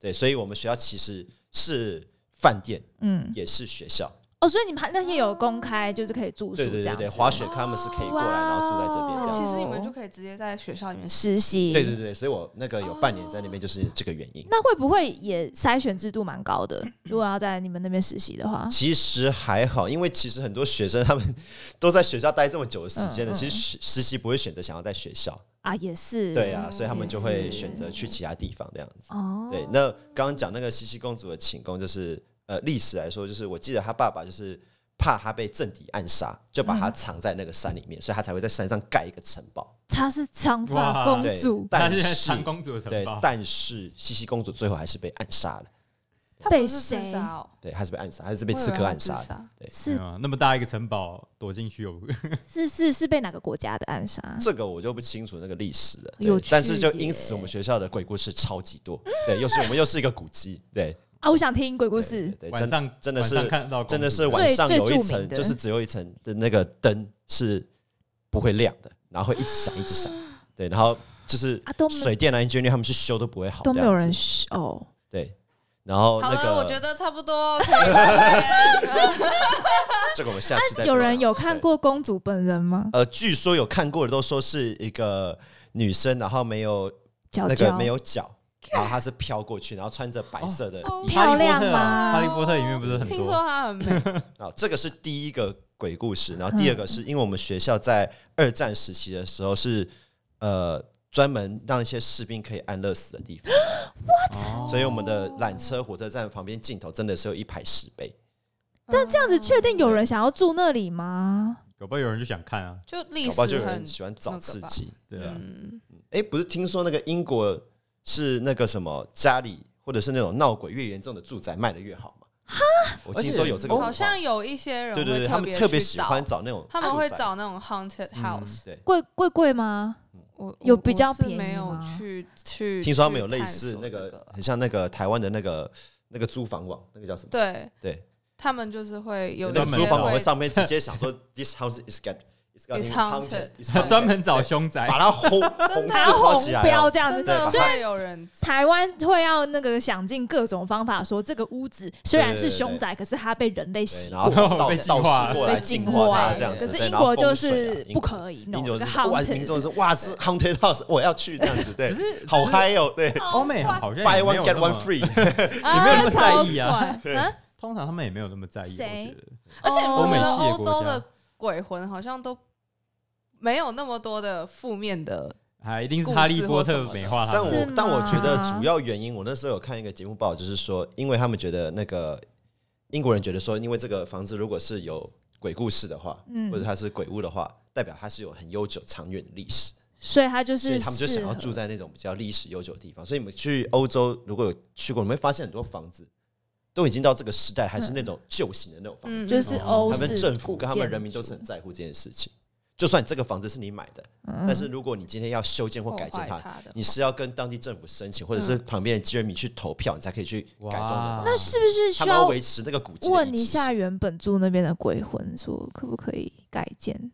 Speaker 4: 对，所以我们学校其实是饭店，
Speaker 2: 嗯，
Speaker 4: 也是学校，
Speaker 2: 哦，所以你们那天有公开就是可以住宿
Speaker 4: 对对
Speaker 2: 这
Speaker 4: 对
Speaker 2: 样
Speaker 4: 对，
Speaker 2: 子，哦
Speaker 4: 滑雪他们是可以过来，然后住在这边这样
Speaker 2: 哇
Speaker 4: 子，
Speaker 3: 其实你们就可以直接在学校里面
Speaker 2: 实习，
Speaker 4: 对对对，所以我那个有半年在那边就是这个原因。
Speaker 2: 那会不会也筛选制度蛮高 的？如果要在你们那边实习的话，
Speaker 4: 其实还好，因为其实很多学生他们 都在学校待这么久的时间了，
Speaker 2: 嗯嗯
Speaker 4: 其实实实习不会选择想要在学校，
Speaker 2: 啊，也是
Speaker 4: 对啊，所以他们
Speaker 2: 也
Speaker 4: 就会
Speaker 2: 是
Speaker 4: 选择去其他地方这样子。
Speaker 2: 哦，
Speaker 4: 对，那刚刚讲那个茜茜公主的寝宫，就是呃历史来说，就是我记得她爸爸就是怕她被政敌暗杀，就把她
Speaker 2: 嗯
Speaker 4: 藏在那个山里面，所以她才会在山上盖一个城堡。
Speaker 2: 她是长发
Speaker 1: 哇
Speaker 2: 公
Speaker 4: 对
Speaker 2: 嗯主，，
Speaker 1: 她
Speaker 4: 但
Speaker 1: 现在
Speaker 4: 是
Speaker 1: 长公主的城
Speaker 4: 对
Speaker 1: 堡，，
Speaker 4: 但是茜茜公主最后还是被暗杀了，
Speaker 3: 他不
Speaker 2: 被
Speaker 3: 是自
Speaker 2: 谁
Speaker 3: 杀哦，
Speaker 4: 对，还是被暗杀，还是被
Speaker 3: 被
Speaker 4: 刺客暗杀的。
Speaker 3: 杀。
Speaker 1: 没
Speaker 2: 是
Speaker 1: 有啊那么大一个城堡躲进去有
Speaker 2: 是是是被哪个国家的暗杀？
Speaker 4: 这个我就不清楚那个历史了，
Speaker 2: 有
Speaker 4: 对
Speaker 2: 趣
Speaker 4: 但是就因
Speaker 2: 耶
Speaker 4: 此我们学校的鬼故事超级多，对，又是我们又是一个古迹，对，
Speaker 2: 啊，我想听鬼故
Speaker 4: 不
Speaker 2: 事，
Speaker 4: 对，
Speaker 1: 晚
Speaker 4: 真
Speaker 1: 上
Speaker 4: 的真的是
Speaker 1: 晚上看到公主
Speaker 4: 真的是晚上
Speaker 2: 最
Speaker 4: 有
Speaker 2: 最
Speaker 4: 一
Speaker 2: 著名
Speaker 4: 层，
Speaker 2: 的
Speaker 4: 就是只有一层的那个灯是不会亮的，然后会一直闪一直闪，对，然后就是
Speaker 2: 啊都没
Speaker 4: 水电来 engineer 他们去修都不会好，
Speaker 2: 都没有人
Speaker 4: 这样子
Speaker 2: 嘘哦。
Speaker 4: 对，然后
Speaker 3: 好
Speaker 4: 那
Speaker 3: 了，我觉
Speaker 4: 个
Speaker 3: 得差不多可以了。
Speaker 4: 这个我们下次再
Speaker 2: 啊有人
Speaker 4: 分享
Speaker 2: 有看
Speaker 4: 对
Speaker 2: 过公主本人吗？
Speaker 4: 呃，据说有看过的都说是一个女生，然后没有
Speaker 2: 娇
Speaker 4: 那个
Speaker 2: 娇
Speaker 4: 没有脚，然后她是飘过去，然后穿着白色的
Speaker 3: 哦
Speaker 4: 衣服。
Speaker 2: 漂亮吗
Speaker 1: 哈利波特啊里面不是很
Speaker 3: 听说
Speaker 4: 哦
Speaker 1: 多
Speaker 3: 她很美，
Speaker 4: 啊，这个是第一个鬼故事，然后第二个是因为我们学校在二战时期的时候是呃专门让一些士兵可以安乐死的地方，
Speaker 1: 哦
Speaker 4: 所以我们的缆车火车站旁边尽头真的是有一排石碑，
Speaker 2: 但这样子确
Speaker 3: 嗯
Speaker 2: 定有人想要住那里吗？
Speaker 1: 搞不好有人就想看啊，
Speaker 3: 就历
Speaker 4: 搞
Speaker 3: 史
Speaker 4: 不好就有
Speaker 3: 很
Speaker 4: 人喜欢找刺激。
Speaker 1: 对啊，
Speaker 3: 嗯，
Speaker 4: 哎、不是听说那个英国是那个什么家里或者是那种闹鬼越严重的住宅卖的越好嘛？我听说有这个文化
Speaker 3: 好像有一些人
Speaker 4: 对对
Speaker 3: 会
Speaker 4: 对，他们特别
Speaker 3: 别去
Speaker 4: 喜
Speaker 3: 找
Speaker 4: 欢找那种
Speaker 3: 他们会
Speaker 4: 住宅嗯
Speaker 3: 找那种 haunted house，、
Speaker 4: 对。
Speaker 2: 贵贵贵吗？
Speaker 3: 我
Speaker 2: 有
Speaker 3: 我
Speaker 2: 比较
Speaker 3: 我是
Speaker 2: 便宜
Speaker 3: 没有
Speaker 2: 吗
Speaker 3: 去去，
Speaker 4: 听说他们
Speaker 3: 去
Speaker 4: 有类
Speaker 3: 探
Speaker 4: 似
Speaker 3: 索
Speaker 4: 那
Speaker 3: 这
Speaker 4: 个，很像那个台湾的那个那个租房网，那个叫什么？
Speaker 3: 对
Speaker 4: 对，
Speaker 3: 他们就是会有
Speaker 4: 那
Speaker 1: 专
Speaker 4: 个
Speaker 1: 门
Speaker 4: 租
Speaker 1: 的
Speaker 4: 房网
Speaker 3: 会
Speaker 4: 会上面直接想说，this house is got is got
Speaker 3: It's haunted
Speaker 4: haunted，is
Speaker 1: 他
Speaker 4: haunted
Speaker 1: 专门找凶宅
Speaker 4: 把，它红
Speaker 3: 真
Speaker 4: 红
Speaker 3: 的
Speaker 2: 还要
Speaker 4: 标
Speaker 2: 红
Speaker 4: 起来
Speaker 2: 标
Speaker 4: 哦，
Speaker 2: 这样
Speaker 3: 真
Speaker 2: 子，
Speaker 3: 的
Speaker 4: 对
Speaker 3: 会有人
Speaker 2: 台湾会要那个想尽各种方法说这个屋子虽然是
Speaker 4: 对对对
Speaker 2: 凶宅，可是它被人类
Speaker 4: 对
Speaker 2: 洗
Speaker 4: 然后
Speaker 1: 然后
Speaker 4: 倒
Speaker 1: 被
Speaker 4: 倒
Speaker 1: 净化
Speaker 4: 吸过来
Speaker 2: 被
Speaker 4: 净
Speaker 2: 净
Speaker 4: 化它
Speaker 3: 化
Speaker 4: 这样子。
Speaker 2: 可是
Speaker 4: 对
Speaker 2: 英
Speaker 4: 然后
Speaker 2: 国就
Speaker 4: 风水啊
Speaker 2: 是
Speaker 4: 英
Speaker 2: 不
Speaker 4: 国
Speaker 2: 可以
Speaker 4: 英
Speaker 2: 弄
Speaker 4: 国
Speaker 2: 这
Speaker 4: 就
Speaker 2: 个
Speaker 4: 是哇，民众
Speaker 2: haunted。
Speaker 4: 是哇是 haunted house，我 要去这样子，对，
Speaker 1: 是
Speaker 4: 好嗨哦，对
Speaker 1: 欧美好像
Speaker 4: ，buy
Speaker 1: 也没
Speaker 4: one
Speaker 1: 有
Speaker 4: get
Speaker 1: 那
Speaker 4: one
Speaker 1: 么，
Speaker 4: free，
Speaker 1: 也没有那么在意
Speaker 2: 超
Speaker 1: 啊。
Speaker 2: 怪啊，
Speaker 1: 通常他们也没有那么在意，我
Speaker 2: 谁
Speaker 1: 觉得。
Speaker 3: 而且
Speaker 2: 哦
Speaker 3: 我觉
Speaker 1: 美
Speaker 3: 得
Speaker 1: 系的
Speaker 3: 欧
Speaker 1: 国
Speaker 3: 洲
Speaker 1: 家
Speaker 3: 的鬼魂好像都没有那么多的负面的
Speaker 1: 还一定是哈利波特美化他
Speaker 4: 但
Speaker 1: 们
Speaker 2: 是
Speaker 4: 我但我觉得
Speaker 2: 吗
Speaker 4: 主要原因，我那时候有看一个节目报，就是说，因为他们觉得那个英国人觉得说，因为这个房子如果是有鬼故事的话，
Speaker 2: 嗯
Speaker 4: 或者它是鬼屋的话，代表它是有很悠久长远的历史，
Speaker 2: 所以他就
Speaker 4: 所
Speaker 2: 是
Speaker 4: 以他们就想要
Speaker 2: 适合
Speaker 4: 住在那种比较历史悠久的地方。所以你们去欧洲如果有去过，你们会发现很多房子都已经到这个时代，还
Speaker 1: 嗯
Speaker 4: 是那种旧型的那种房子。
Speaker 3: 嗯，
Speaker 2: 就是
Speaker 1: 哦
Speaker 2: 欧
Speaker 4: 他
Speaker 2: 式
Speaker 4: 们政府
Speaker 2: 古
Speaker 4: 跟他们
Speaker 2: 建
Speaker 4: 人民都是
Speaker 2: 筑
Speaker 4: 很在乎这件事情。就算这个房子是你买的，
Speaker 2: 嗯
Speaker 4: 但是如果你今天要修建或
Speaker 3: 破
Speaker 4: 改建
Speaker 3: 坏
Speaker 4: 它，
Speaker 3: 它的
Speaker 4: 你是要跟当地政府申请，或者是旁边的居民去投票，你才可以去改装的
Speaker 1: 哇
Speaker 2: 嗯
Speaker 4: 房。
Speaker 2: 那是不是
Speaker 4: 他
Speaker 2: 需
Speaker 4: 们要
Speaker 2: 要
Speaker 4: 维持那个古迹的
Speaker 2: 问
Speaker 4: 遗
Speaker 2: 一
Speaker 4: 迹
Speaker 2: 下原本住那边的鬼魂，说可不可以改建？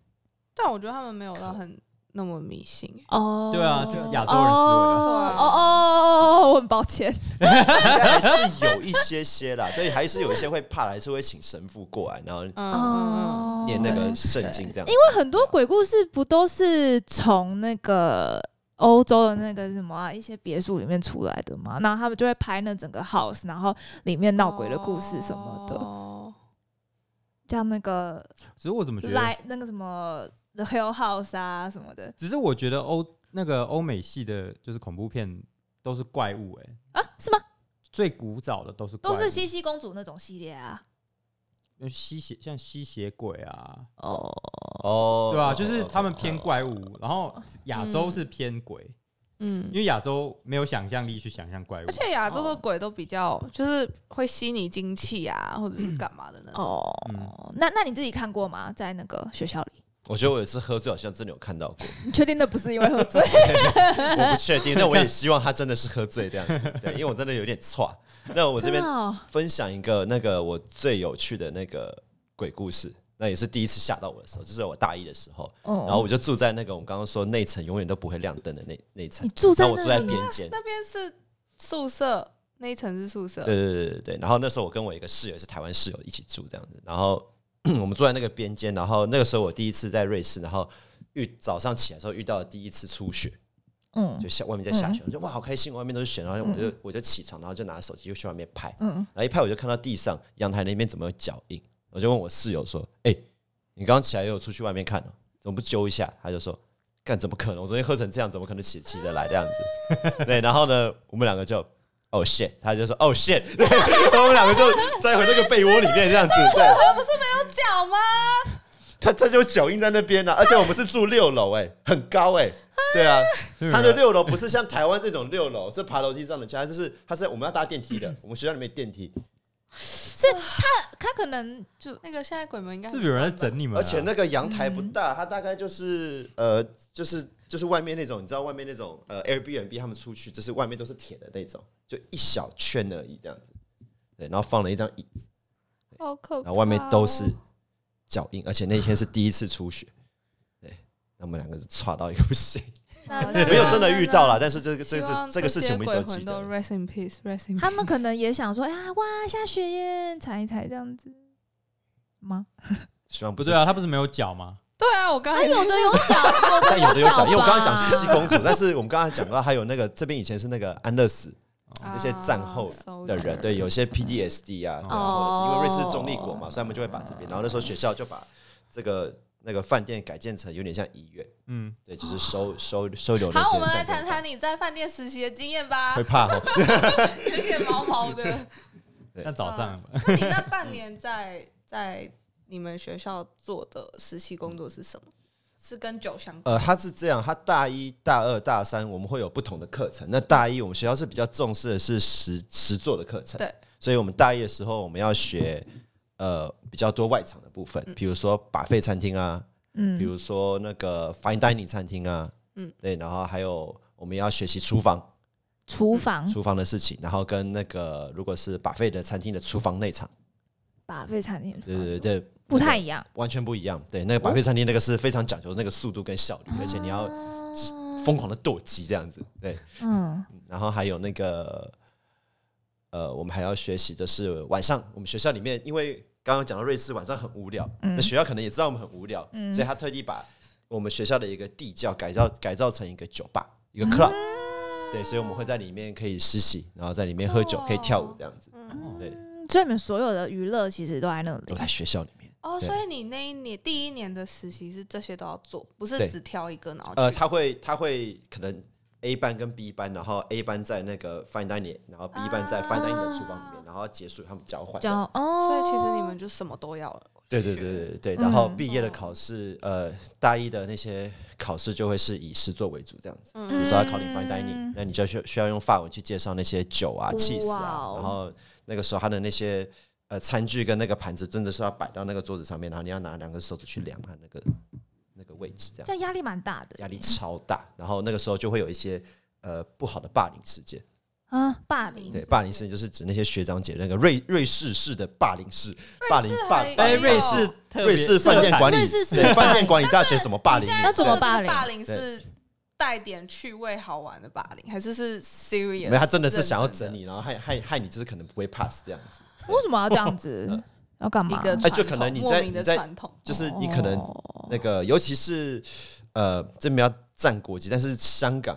Speaker 3: 但我觉得他们没有到很那么迷信、欸
Speaker 2: 哦，
Speaker 1: 对啊就是亚洲人思维啊
Speaker 2: 哦
Speaker 3: 对啊
Speaker 2: 哦哦哦哦，我很抱歉。
Speaker 4: 应该还是有一些些啦，对，还是有一些会怕，还是会请神父过来，然后
Speaker 3: 嗯嗯嗯，
Speaker 2: 哦，
Speaker 4: 念那个
Speaker 3: 对
Speaker 4: 圣经这样子。
Speaker 2: 因为很多鬼故事不都是从那个欧洲的那个什么、啊、一些别墅里面出来的嘛？然后他们就会拍那整个 house，然后里面闹鬼的故事什么的，
Speaker 3: 哦
Speaker 2: 像那个
Speaker 1: 只是我怎么觉得，
Speaker 2: 来那个什么 The Hill House 啊什么的
Speaker 1: 只是我觉得欧那个欧美系的，就是恐怖片都是怪物、欸，哎，
Speaker 2: 啊，是吗？
Speaker 1: 最古早的都是怪
Speaker 2: 都
Speaker 1: 物
Speaker 2: 是西西公主那种系列啊。
Speaker 1: 呃吸血，像吸血鬼啊，
Speaker 2: 哦，
Speaker 4: 哦，
Speaker 1: 对吧、就是他们偏怪物，然后亚洲
Speaker 3: 嗯
Speaker 1: 是偏鬼，
Speaker 3: 嗯
Speaker 1: 因，为亚洲没有想象力去想象怪物
Speaker 3: 而。且亚洲的鬼都比较就是会吸你精气啊，或者是干嘛的那种。
Speaker 2: 哦，那那你自己看过吗？在那个学校里，
Speaker 4: 我觉得我有一次喝醉，好像真的有看到过，
Speaker 2: 你确定那不是因为喝醉？
Speaker 4: 我不 确定，那我也希望他真的是喝醉这样子，对，因为我真的有点错。啊那我这边
Speaker 2: 真的哦
Speaker 4: 分享一个那个我最有趣的那个鬼故事，那也是第一次吓到我的时候，就是我大一的时候，
Speaker 2: 哦
Speaker 4: 然后我就住在那个我们刚刚说那层永远都不会亮灯的那那一层
Speaker 2: 你，住在
Speaker 4: 然后我
Speaker 2: 那
Speaker 4: 住在
Speaker 2: 里
Speaker 4: 边间，
Speaker 3: 那边是宿舍，那一层是宿舍。
Speaker 4: 对对对对对，然后那时候我跟我一个室友也是台湾室友一起住这样子，然后我们住在那个边间，然后那个时候我第一次在瑞士，然后遇早上起来的时候遇到第一次初雪，
Speaker 2: 嗯
Speaker 4: 就下外面在下雪，我就哇好开心，外面都是雪，然后我就我就起床，然后就拿手机就去外面拍，
Speaker 2: 嗯
Speaker 4: 然后一拍我就看到地上阳台那边怎么有脚印，我就问我室友说：“哎、你刚刚起来也有出去外面看哦，怎么不揪一下？”他就说：“干怎么可能？我昨天喝成这样，怎么可能起起得来这样子？” 对，然后呢，我们两个就。哦、shit！他就说哦、shit，对 然后我们两个就栽回那个被窝里面这样子。对，
Speaker 3: 脚吗？
Speaker 4: 他他就脚印在那边呢、啊而且我们是住六楼，哎，很高哎、对啊，它的六楼不是像台湾这种六楼，是爬楼梯上的家，就是它是我们要搭电梯的，我们学校里面有电梯，
Speaker 2: 是他他可能就
Speaker 3: 那个现在鬼门应该
Speaker 1: 是不是有人在整你们啊、
Speaker 4: 而且那个阳台不大，它大概就是呃，就是就是外面那种，你知道外面那种呃 Airbnb 他们出去，就是外面都是铁的那种，就一小圈而已这样子。对，然后放了一张椅子，
Speaker 3: 好可怕哦，
Speaker 4: 然后外面都是脚印，而且那天是第一次初雪，对，那我们两个是差到一个不行，
Speaker 3: 那
Speaker 4: 没有真的遇到了，
Speaker 3: 那
Speaker 4: 但是这个这
Speaker 3: 啊希望
Speaker 4: 是这个事情我们一直
Speaker 3: 鬼
Speaker 4: 都记
Speaker 3: 魂都
Speaker 4: 得。
Speaker 3: rest in peace，rest in peace。
Speaker 2: 他们可能也想说，哎呀，哇，下雪耶，踩一踩这样子吗？
Speaker 4: 希望
Speaker 1: 不
Speaker 4: 不
Speaker 1: 对
Speaker 4: 是，
Speaker 1: 啊，他不是没有脚吗？
Speaker 3: 对啊，我刚
Speaker 4: 哎
Speaker 3: 才
Speaker 2: 有的有脚，有
Speaker 4: 但有的有
Speaker 2: 脚
Speaker 4: 讲，因为我刚刚
Speaker 2: 吧
Speaker 4: 讲西西公主，但是我们刚刚讲到还有那个这边以前是那个安乐死，
Speaker 3: 啊
Speaker 4: 那些战后的
Speaker 3: 哦
Speaker 4: 人，对，有些 PTSD 啊，对啊
Speaker 2: 哦
Speaker 4: 或者是因为瑞士是中立国嘛，所以他们就会把这边，然后那时候学校就把这个那个饭店改建成有点像医院，
Speaker 1: 嗯，
Speaker 4: 对，就是收收收留那些。
Speaker 3: 哦好，我们来谈谈。你在饭店实习的经验吧
Speaker 4: 会，怕哦，
Speaker 3: 有点毛毛的。
Speaker 4: 对
Speaker 1: 那早上
Speaker 3: 那
Speaker 4: 哎
Speaker 3: 你那半年在在你们学校做的实习工作是什么？是跟酒相关？
Speaker 4: 呃，他是这样，他大一、大二、大三我们会有不同的课程。那大一我们学校是比较重视的是实实作的课程，
Speaker 3: 对，
Speaker 4: 所以我们大一的时候我们要学呃比较多外场的部
Speaker 3: 嗯
Speaker 4: 分，比如说把费餐厅啊，比
Speaker 2: 嗯，
Speaker 4: 如说那个 fine dining 餐厅啊，
Speaker 3: 嗯
Speaker 4: 嗯，对，然后还有我们要学习厨房，
Speaker 2: 厨房
Speaker 4: 厨房的事情，然后跟那个如果是把费的餐厅的厨房内场，
Speaker 2: 把费餐厅
Speaker 4: 对对对，这
Speaker 2: 不太一样，
Speaker 4: 完全不一样。对，那个把费餐厅那个是非常讲究那个速度跟效率，而且你要疯狂的剁鸡这样子。对，
Speaker 2: 啊嗯
Speaker 4: 然后还有那个呃，我们还要学习的是晚上我们学校里面，因为刚刚讲到瑞士晚上很无聊，那学校可能也知道我们很无聊，所以他特地把我们学校的一个地窖改造改造成一个酒吧，一个 club。对，所以我们会在里面可以实习，然后在里面喝酒，可以跳舞这样子。对，
Speaker 2: 嗯，所以你们所有的娱乐其实都在那
Speaker 4: 都
Speaker 2: 里，
Speaker 4: 在学校里面。
Speaker 3: 哦，
Speaker 4: 对
Speaker 3: 所以你那一年第一年的实习是这些都要做，不是
Speaker 4: 对
Speaker 3: 只挑一个然后
Speaker 4: 呃，
Speaker 3: 去
Speaker 4: 他会他会可能 A 班跟 B 班，然后 A 班在那个 fine dining，然后 B 班在 fine dining 的厨房里面，然后结束他们啊交换。
Speaker 2: 叫
Speaker 3: 所
Speaker 2: 哦，
Speaker 3: 以其实你们就什么都要了。
Speaker 4: 对对对对对，然后毕业的考试，呃，大一的那些考试就会是以诗作为主这样子。
Speaker 3: 嗯
Speaker 4: 比如说他考你 fine dining，那你就需要需要用法文去介绍那些酒啊、cheese
Speaker 2: 哇
Speaker 4: 啊
Speaker 2: 哦，
Speaker 4: 然后那个时候他的那些呃餐具跟那个盘子真的是要摆到那个桌子上面，然后你要拿两个手指去量它那个那个位置这样
Speaker 2: 这。样压力蛮大的，
Speaker 4: 压力超大，
Speaker 3: 嗯
Speaker 4: 然后那个时候就会有一些呃不好的霸凌事件。
Speaker 2: 啊，霸
Speaker 3: 嗯
Speaker 2: 凌
Speaker 4: 对，霸凌事件就是指那些学长姐那个瑞瑞士式的霸凌式霸凌霸
Speaker 3: 还有
Speaker 1: 哎，
Speaker 4: 霸
Speaker 3: 哎
Speaker 4: 凌
Speaker 1: 瑞
Speaker 3: 瑞
Speaker 1: 士
Speaker 3: 士
Speaker 1: 特
Speaker 4: 瑞士饭店管理
Speaker 2: 瑞士式
Speaker 4: 对饭店管理大学怎么霸
Speaker 3: 你
Speaker 4: 凌
Speaker 3: 现在
Speaker 4: 你？
Speaker 2: 要怎么
Speaker 3: 说的
Speaker 2: 霸
Speaker 3: 这个霸
Speaker 2: 凌
Speaker 3: 凌是带点趣味好玩的霸凌，还是是 serious？
Speaker 4: 没有，他真的是想要
Speaker 3: 认真
Speaker 4: 整
Speaker 3: 的
Speaker 4: 你，然后害害害你，就是可能不会 pass 这样子。
Speaker 2: 为什么要这样 子？要干嘛
Speaker 3: 一？个
Speaker 4: 哎呃就
Speaker 3: 传
Speaker 4: 可能
Speaker 3: 统
Speaker 4: 你
Speaker 3: 莫
Speaker 4: 在
Speaker 3: 名
Speaker 4: 你
Speaker 3: 的
Speaker 4: 在
Speaker 3: 传统，
Speaker 4: 就是你可能
Speaker 2: 哦
Speaker 4: 那个，尤其是呃，这没有占国籍，但是香 港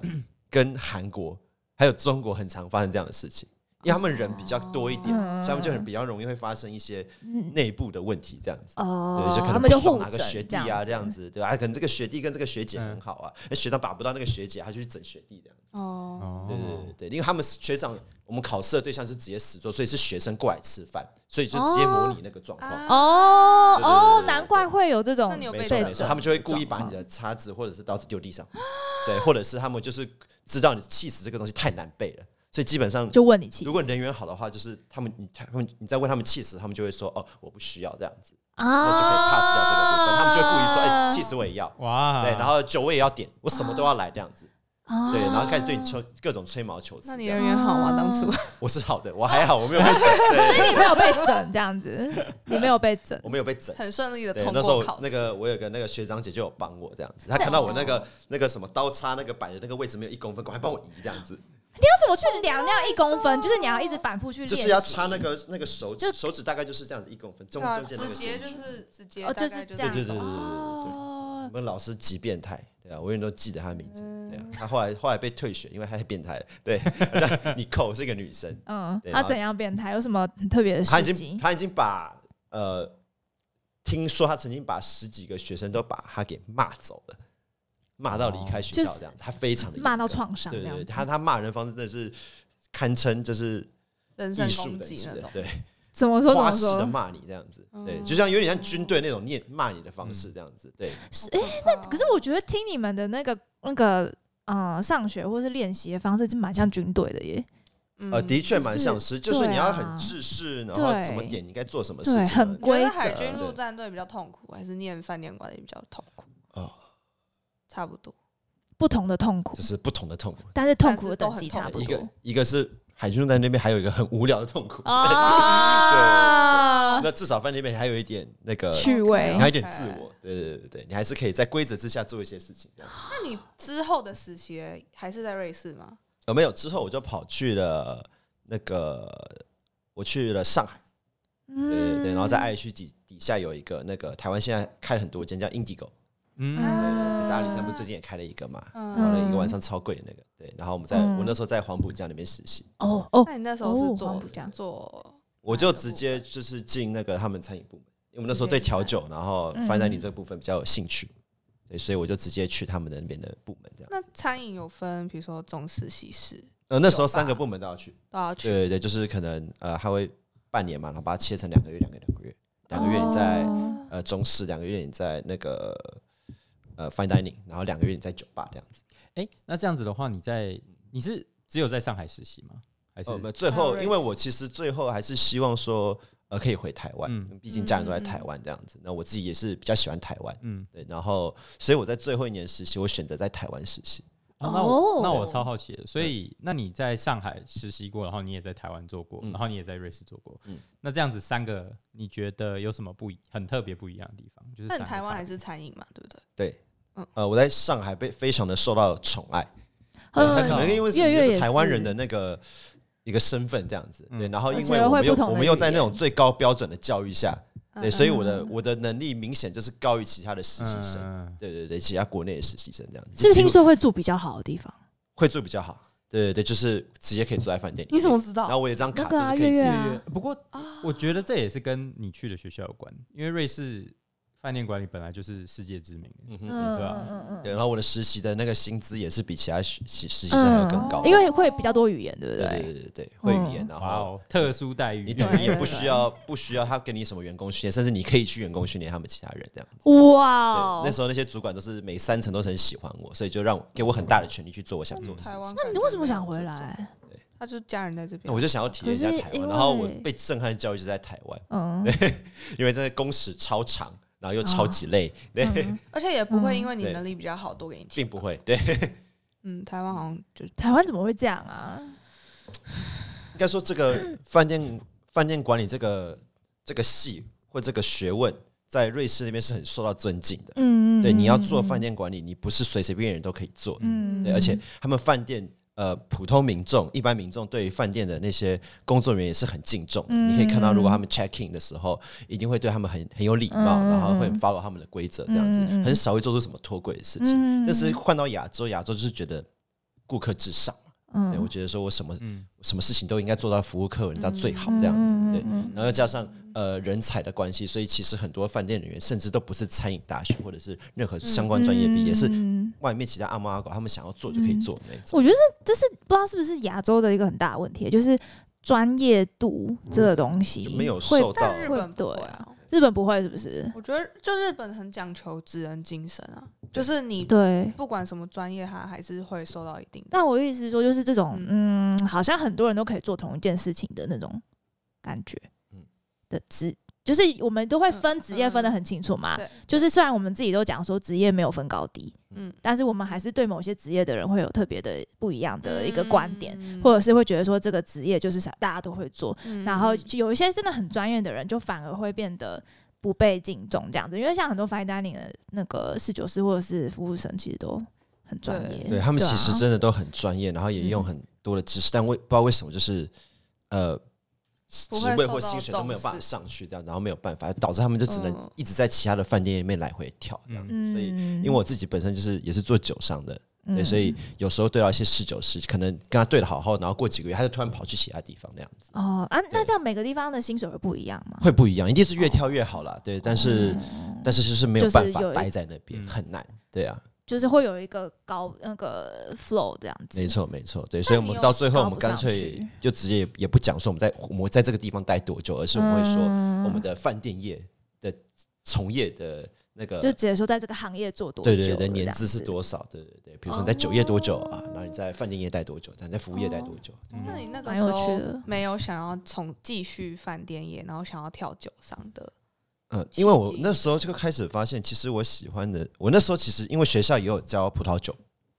Speaker 4: 跟韩国还有中国很常发生这样的事情，因为他们人比较多一点，
Speaker 2: 嗯
Speaker 4: 所以他们就很比较容易会发生一些内部的问题这样子。
Speaker 2: 哦
Speaker 4: 对，就可
Speaker 2: 他
Speaker 4: 能
Speaker 2: 们
Speaker 4: 不
Speaker 2: 就
Speaker 4: 爽
Speaker 2: 互
Speaker 4: 哪个
Speaker 2: 整
Speaker 4: 学弟啊，这样
Speaker 2: 子嗯
Speaker 4: 子，对吧、啊？可能这个学弟跟这个学姐很好啊，那学长把不到那个学姐，他就去整学弟这样子。
Speaker 3: 哦，
Speaker 4: 对对对对，因为他们是学长，我们考试的对象是直接死做，所以是学生过来吃饭，所以就直接模拟那个状况。
Speaker 3: 啊
Speaker 2: 哦
Speaker 4: 对对对
Speaker 2: 哦
Speaker 4: 对，对
Speaker 2: 难怪会有这种
Speaker 3: 那你有
Speaker 4: 没
Speaker 3: 被
Speaker 4: 错
Speaker 2: 被
Speaker 3: 整
Speaker 4: 没错，
Speaker 2: 整
Speaker 4: 他们就会故意把你的叉子或者是刀子丢地上，对，或者是他们就是知道你气死这个东西太难背了，所以基本上
Speaker 2: 就问你气
Speaker 4: 如果人缘好的话，就是他们你他们你在问他们气死，他们就会说哦我不需要这样子，
Speaker 2: 啊
Speaker 4: 然后就可以 pass 掉这个部分，他们就会故意说哎气死我也要，
Speaker 1: 哇，
Speaker 4: 对，然后酒我也要点，我什么都要来这样子，
Speaker 2: 啊
Speaker 4: 对，然后开始对你吹各种吹毛求疵
Speaker 3: 那
Speaker 4: 这
Speaker 3: 你人
Speaker 4: 样。
Speaker 3: 缘好吗？当初
Speaker 4: 我是好的，我还好，我没有被整，
Speaker 2: 所以你没有被整这样子，你没有被整
Speaker 4: 我没有被整。
Speaker 3: 很顺利的
Speaker 4: 对
Speaker 3: 通，
Speaker 4: 那时候
Speaker 3: 过考试，哦
Speaker 4: 那个我有个那个学长姐就有帮我这样子，她看到我那个那个什么刀叉那个摆的那个位置没有一公分，赶快帮我移这样子，
Speaker 2: 那怎么去量量一公分？就是你要一直反复去练
Speaker 4: 就
Speaker 2: 习，
Speaker 4: 是要插那个那个手指，手指大概就是这样子一公分，中
Speaker 3: 对啊
Speaker 4: 中间那
Speaker 3: 直
Speaker 4: 个
Speaker 3: 接
Speaker 4: 间
Speaker 3: 就
Speaker 4: 距。
Speaker 3: 是直接
Speaker 2: 哦
Speaker 3: 大
Speaker 2: 就是
Speaker 3: 概
Speaker 2: 这
Speaker 4: 对
Speaker 2: 样
Speaker 4: 对对对对对对对。我
Speaker 2: 哦，
Speaker 4: 们老师极变态，对啊，我永远都记得他的名字，
Speaker 3: 嗯
Speaker 4: 对啊，他后来后来被退学，因为他太变态了，对，好像你扣是一个 女生，
Speaker 2: 嗯，
Speaker 4: 对
Speaker 2: 他
Speaker 4: 然后
Speaker 2: 怎样变态？有什么特别的
Speaker 4: 他
Speaker 2: 事
Speaker 4: 已经
Speaker 2: 情？
Speaker 4: 他已经把呃，听说他曾经把十几个学生都把他给骂走了，骂到离开学
Speaker 3: 哦
Speaker 4: 校这样子，他非常的
Speaker 2: 骂到创伤
Speaker 4: 对
Speaker 2: 这
Speaker 4: 对
Speaker 2: 样
Speaker 4: 对，
Speaker 2: 子，
Speaker 4: 他他骂人方式真的是堪称就是
Speaker 3: 人身
Speaker 4: 艺术
Speaker 3: 攻
Speaker 4: 等
Speaker 3: 击
Speaker 4: 级
Speaker 3: 那
Speaker 4: 的
Speaker 3: 种，，
Speaker 4: 对，
Speaker 2: 怎么说怎
Speaker 4: 花
Speaker 2: 么
Speaker 4: 式
Speaker 2: 说哦
Speaker 4: 的？骂你这样子，对，就像有点像军队那种念骂你的方
Speaker 2: 嗯
Speaker 4: 式这样子，对，
Speaker 2: 是哎、那
Speaker 3: 哦
Speaker 2: 可是我觉得听你们的那个那个呃上学或是练习的方式，就蛮像军队的耶，
Speaker 3: 嗯
Speaker 4: 呃，的确蛮
Speaker 2: 就是
Speaker 4: 像是，就是
Speaker 2: 对
Speaker 4: 你要很
Speaker 2: 啊
Speaker 4: 制式，然后怎么
Speaker 2: 对
Speaker 4: 点你该做什么事
Speaker 2: 对，
Speaker 4: 情
Speaker 2: 很
Speaker 4: 呢，
Speaker 3: 我觉
Speaker 2: 规
Speaker 3: 得
Speaker 2: 则
Speaker 3: 海军陆
Speaker 4: 对
Speaker 3: 战队比较痛苦，还是念饭店管理比较痛苦？
Speaker 4: 哦，
Speaker 3: 差不多。
Speaker 2: 不同的痛苦
Speaker 4: 这，是不同的痛苦，
Speaker 2: 但是痛
Speaker 3: 但
Speaker 2: 苦
Speaker 3: 是
Speaker 2: 的
Speaker 3: 都
Speaker 2: 等
Speaker 3: 很
Speaker 2: 级
Speaker 3: 痛
Speaker 2: 差
Speaker 3: 苦
Speaker 2: 不
Speaker 4: 一
Speaker 2: 多哦
Speaker 4: 个一个是海军陆战那边，还有一个很无聊的痛苦，
Speaker 2: 啊，
Speaker 4: 那至少饭店里面还有一点那个，
Speaker 2: 趣味
Speaker 4: 你还有一点自我，对对对对对，你还是可以在规则之下做一些事情。这样
Speaker 3: 那你之后的实习还是在瑞士吗？
Speaker 4: 呃，没有之后我就跑去了那个，我去了上海，对
Speaker 2: 嗯
Speaker 4: 对对，然后在爱区底底下有一个那个台湾现在开了很多间叫 Indigo，
Speaker 1: 嗯，
Speaker 4: 对对对在阿里山不是最近也开了一个嘛，
Speaker 3: 嗯
Speaker 4: 然后呢一个晚上超贵的那个，对，然后我们在
Speaker 2: 嗯
Speaker 4: 我那时候在黄浦江那边实习，
Speaker 2: 哦哦
Speaker 3: 那你那时候是
Speaker 2: 哦
Speaker 3: 做
Speaker 2: 黄浦江
Speaker 3: 做
Speaker 4: 我就直接就是进那个他们餐饮部门，因为我们那时候对调酒，然后
Speaker 2: 嗯
Speaker 4: 发展你这个部分比较有兴趣，对，所以我就直接去他们的那边的部门这样。
Speaker 3: 那餐饮有分，比如说中式、西式
Speaker 4: 呃，那时候三个部门都要去，
Speaker 3: 都要
Speaker 4: 对
Speaker 3: 去。
Speaker 4: 对对，就是可能呃他会半年嘛，然后把它切成两个月、两个月、两个月，两个月你在、
Speaker 2: 哦
Speaker 4: 呃中式，两个月你在那个呃 fine dining，然后两个月你在酒吧这样子。
Speaker 1: 哎，那这样子的话，你在你是只有在上海实习吗？还是
Speaker 4: 呃，我们最后因为我其实最后还是希望说呃可以回台湾，
Speaker 1: 嗯
Speaker 4: 毕竟家人都在台湾这样子。那我自己也是比较喜欢台湾，
Speaker 1: 嗯，
Speaker 4: 对，然后所以我在最后一年实习，我选择在台湾实习。
Speaker 1: 哦那我
Speaker 2: 哦
Speaker 1: 那我超好奇的，所以那你在上海实习过，然后你也在台湾做过，
Speaker 4: 嗯
Speaker 1: 然后你也在瑞士做过
Speaker 4: 嗯，
Speaker 1: 那这样子三个，你觉得有什么不一很特别不一样的地方？就是三
Speaker 3: 那你
Speaker 1: 个
Speaker 3: 台湾
Speaker 1: 差
Speaker 3: 还
Speaker 1: 别
Speaker 3: 是餐饮嘛，对不对？
Speaker 4: 对
Speaker 3: 嗯，
Speaker 4: 呃，我在上海被非常的受到宠爱，
Speaker 1: 嗯
Speaker 4: 他可能因为是
Speaker 2: 月月
Speaker 4: 也
Speaker 2: 也
Speaker 4: 是台湾人的
Speaker 2: 是
Speaker 4: 那个一个身份这样子，
Speaker 1: 嗯
Speaker 4: 对，然后
Speaker 2: 而
Speaker 4: 因
Speaker 2: 且
Speaker 4: 为我
Speaker 2: 会
Speaker 4: 们
Speaker 2: 不
Speaker 4: 又
Speaker 2: 同的
Speaker 4: 我们又
Speaker 2: 语
Speaker 4: 在那种
Speaker 2: 言
Speaker 4: 最高标准的教育下，对，所以我的
Speaker 2: 嗯
Speaker 4: 我的能力明显就是高于其他的实习生，
Speaker 1: 嗯
Speaker 4: 对对对，其他国内的实习生这样子，
Speaker 2: 是不是
Speaker 4: 几乎
Speaker 2: 听说会住比较好的地方？
Speaker 4: 会做比较好？对对对，就是直接可以住在饭店里。
Speaker 3: 你怎么？知
Speaker 4: 然后
Speaker 3: 道？
Speaker 4: 我有一张卡，
Speaker 2: 那个啊，
Speaker 4: 就是可
Speaker 2: 月
Speaker 4: 以
Speaker 2: 月
Speaker 4: 自己
Speaker 1: 对
Speaker 2: 啊，
Speaker 1: 不过我觉得这也是跟你去的学校有关，因为瑞士饭店管理本来就是世界知名。
Speaker 4: 嗯
Speaker 2: 嗯
Speaker 4: 哼，
Speaker 1: 对啊
Speaker 2: 嗯嗯
Speaker 4: 对。
Speaker 2: 嗯
Speaker 4: 然后我的实习的那个薪资也是比其他实习实习生还要更高，
Speaker 2: 嗯因为会比较多语言，对不
Speaker 4: 对对对对对，会语言，然
Speaker 1: 哇
Speaker 4: 后
Speaker 1: 哦，特殊待遇，
Speaker 4: 你
Speaker 2: 懂
Speaker 4: 等于也不
Speaker 2: 对
Speaker 4: 需要不需要他给你什么员工训练，甚至你可以去员工训练他们其他人这样。
Speaker 2: 哇
Speaker 4: 对，
Speaker 2: 哦
Speaker 4: 那！时候那些主管都是每三层都是很喜欢我，所以就让我给我很大的权利去做我想做的事
Speaker 3: 台
Speaker 4: 情。
Speaker 3: 湾，
Speaker 2: 那你为什么想回？来？
Speaker 3: 他就是家人在这
Speaker 4: 那
Speaker 3: 边
Speaker 4: 我。就想要体验一下
Speaker 2: 可是
Speaker 4: 台
Speaker 2: 因
Speaker 4: 湾，
Speaker 2: 为
Speaker 4: 然后我被震撼教育就在台湾，
Speaker 2: 嗯，
Speaker 4: 因为真的工时超长，然后又超级累，对，
Speaker 3: 而且也不会因为你
Speaker 4: 对
Speaker 3: 能力比较好多给你钱
Speaker 4: 并，不会，对，
Speaker 3: 嗯，台湾好像就
Speaker 2: 台湾怎么会这样啊？
Speaker 4: 应该说这个饭店饭店管理这个这个系或这个学问，在瑞士那边是很受到尊敬的。
Speaker 2: 嗯
Speaker 4: 对，你要做饭，店管理，你不是随随便便人都可以做的。
Speaker 2: 嗯
Speaker 4: 对，而且他们饭店呃，普通民众、一般民众对于饭店的那些工作人员也是很敬重的。
Speaker 2: 嗯
Speaker 4: 你可以看到，如果他们 check in 的时候，一定会对他们很很有礼貌，
Speaker 2: 嗯嗯
Speaker 4: 然后会 follow 他们的规则，这样子、
Speaker 2: 嗯嗯嗯
Speaker 4: 很少会做出什么脱轨的事情。
Speaker 2: 嗯
Speaker 4: 但是换到亚洲，亚洲就是觉得顾客至上嘛。对，我
Speaker 2: 嗯，
Speaker 4: 觉得说我什么
Speaker 1: 嗯，
Speaker 4: 什么事情都应该做到服务客人到最好这样
Speaker 2: 嗯
Speaker 4: 子。
Speaker 2: 嗯嗯
Speaker 4: 对
Speaker 2: 嗯嗯，
Speaker 4: 然后又加上呃人才的关系，所以其实很多饭店人员甚至都不是餐饮大学或者是任何相关专业毕业，是
Speaker 2: 嗯
Speaker 4: 外面其他阿猫阿狗他们想要做就可以做的那种。
Speaker 2: 我觉得这这是不知道是不是亚洲的一个很大的问题，就是专业度这个东西
Speaker 4: 嗯就没有
Speaker 2: 会
Speaker 4: 受到
Speaker 3: 但日本不会啊。
Speaker 2: 日本不会是不是？
Speaker 3: 我觉得就日本很讲求职人精神啊，就是你
Speaker 2: 对。
Speaker 3: 不管什么专业，他还是会受到一定的。
Speaker 2: 但我意思是说，就是这种嗯，好像很多人都可以做同一件事情的那种感觉，
Speaker 4: 嗯
Speaker 2: 的职就是我们都会分
Speaker 3: 嗯
Speaker 2: 职业分得很清楚嘛。
Speaker 3: 对
Speaker 2: 就是虽然我们自己都讲说职业没有分高低，
Speaker 3: 嗯
Speaker 2: 但是我们还是对某些职业的人会有特别的不一样的一个观点，
Speaker 3: 嗯
Speaker 2: 或者是会觉得说这个职业就是啥大家都会做，
Speaker 3: 嗯
Speaker 2: 然后
Speaker 3: 嗯
Speaker 2: 就有一些真的很专业的人，就反而会变得不被敬重这样子。因为像很多 fine dining 的那个侍酒师或者是服务生，其实都很专业。
Speaker 4: 对他们
Speaker 2: 啊
Speaker 4: 其实真的都很专业，然后也用很多的知识，但为不知道为什么就是呃
Speaker 3: 不
Speaker 4: 职
Speaker 3: 会
Speaker 4: 位
Speaker 3: 受
Speaker 4: 或
Speaker 3: 到
Speaker 4: 薪水都没有
Speaker 3: 重
Speaker 4: 办法
Speaker 3: 视
Speaker 4: 上去，这样然后没有办法，导致他们就只能
Speaker 3: 嗯
Speaker 4: 一直在其他的饭店里面来回跳这样。
Speaker 1: 嗯
Speaker 4: 所以因为我自己本身就是也是做酒商的，对，
Speaker 2: 嗯
Speaker 4: 所以有时候对到一些侍酒师，可能跟他对的好好，然后过几个月他就突然跑去其他地方那样子，
Speaker 2: 哦啊，那这样每个地方的薪水会不一样吗？
Speaker 4: 会不一样，一定是越跳越好啦，对，但是
Speaker 2: 嗯
Speaker 4: 但是就是没有
Speaker 2: 就是
Speaker 4: 办法
Speaker 2: 有一
Speaker 4: 待在那边，
Speaker 1: 嗯
Speaker 4: 很难，对啊，
Speaker 2: 就是会有一个高那个 flow 这样子。
Speaker 4: 没错没错，对，所以我
Speaker 3: 你
Speaker 4: 们
Speaker 3: 有
Speaker 4: 到最后
Speaker 2: 搞
Speaker 4: 我们
Speaker 2: 不
Speaker 4: 干
Speaker 2: 上
Speaker 4: 脆
Speaker 2: 去
Speaker 4: 就直接也也不讲说我们在我们在这个地方待多久，而是我们会说
Speaker 2: 嗯
Speaker 4: 我们的饭店业的从业的那个
Speaker 2: 就直接说在这个行业做多久
Speaker 4: 对
Speaker 2: 了，
Speaker 4: 对对的
Speaker 2: 这
Speaker 4: 年
Speaker 2: 样
Speaker 4: 资是
Speaker 2: 子哦
Speaker 4: 多少，对对对，比如说你在酒业多久啊，然后你在饭店业待多久，然后你在服务业待多久，
Speaker 3: 那你那个
Speaker 2: 蛮
Speaker 3: 时
Speaker 2: 有趣
Speaker 3: 候
Speaker 2: 的
Speaker 3: 没有想要从继续饭店业，然后想要跳酒商的，
Speaker 4: 嗯，因为我
Speaker 3: 心境
Speaker 4: 那时候就开始发现，其实我喜欢的，我那时候其实因为学校也有教葡萄酒，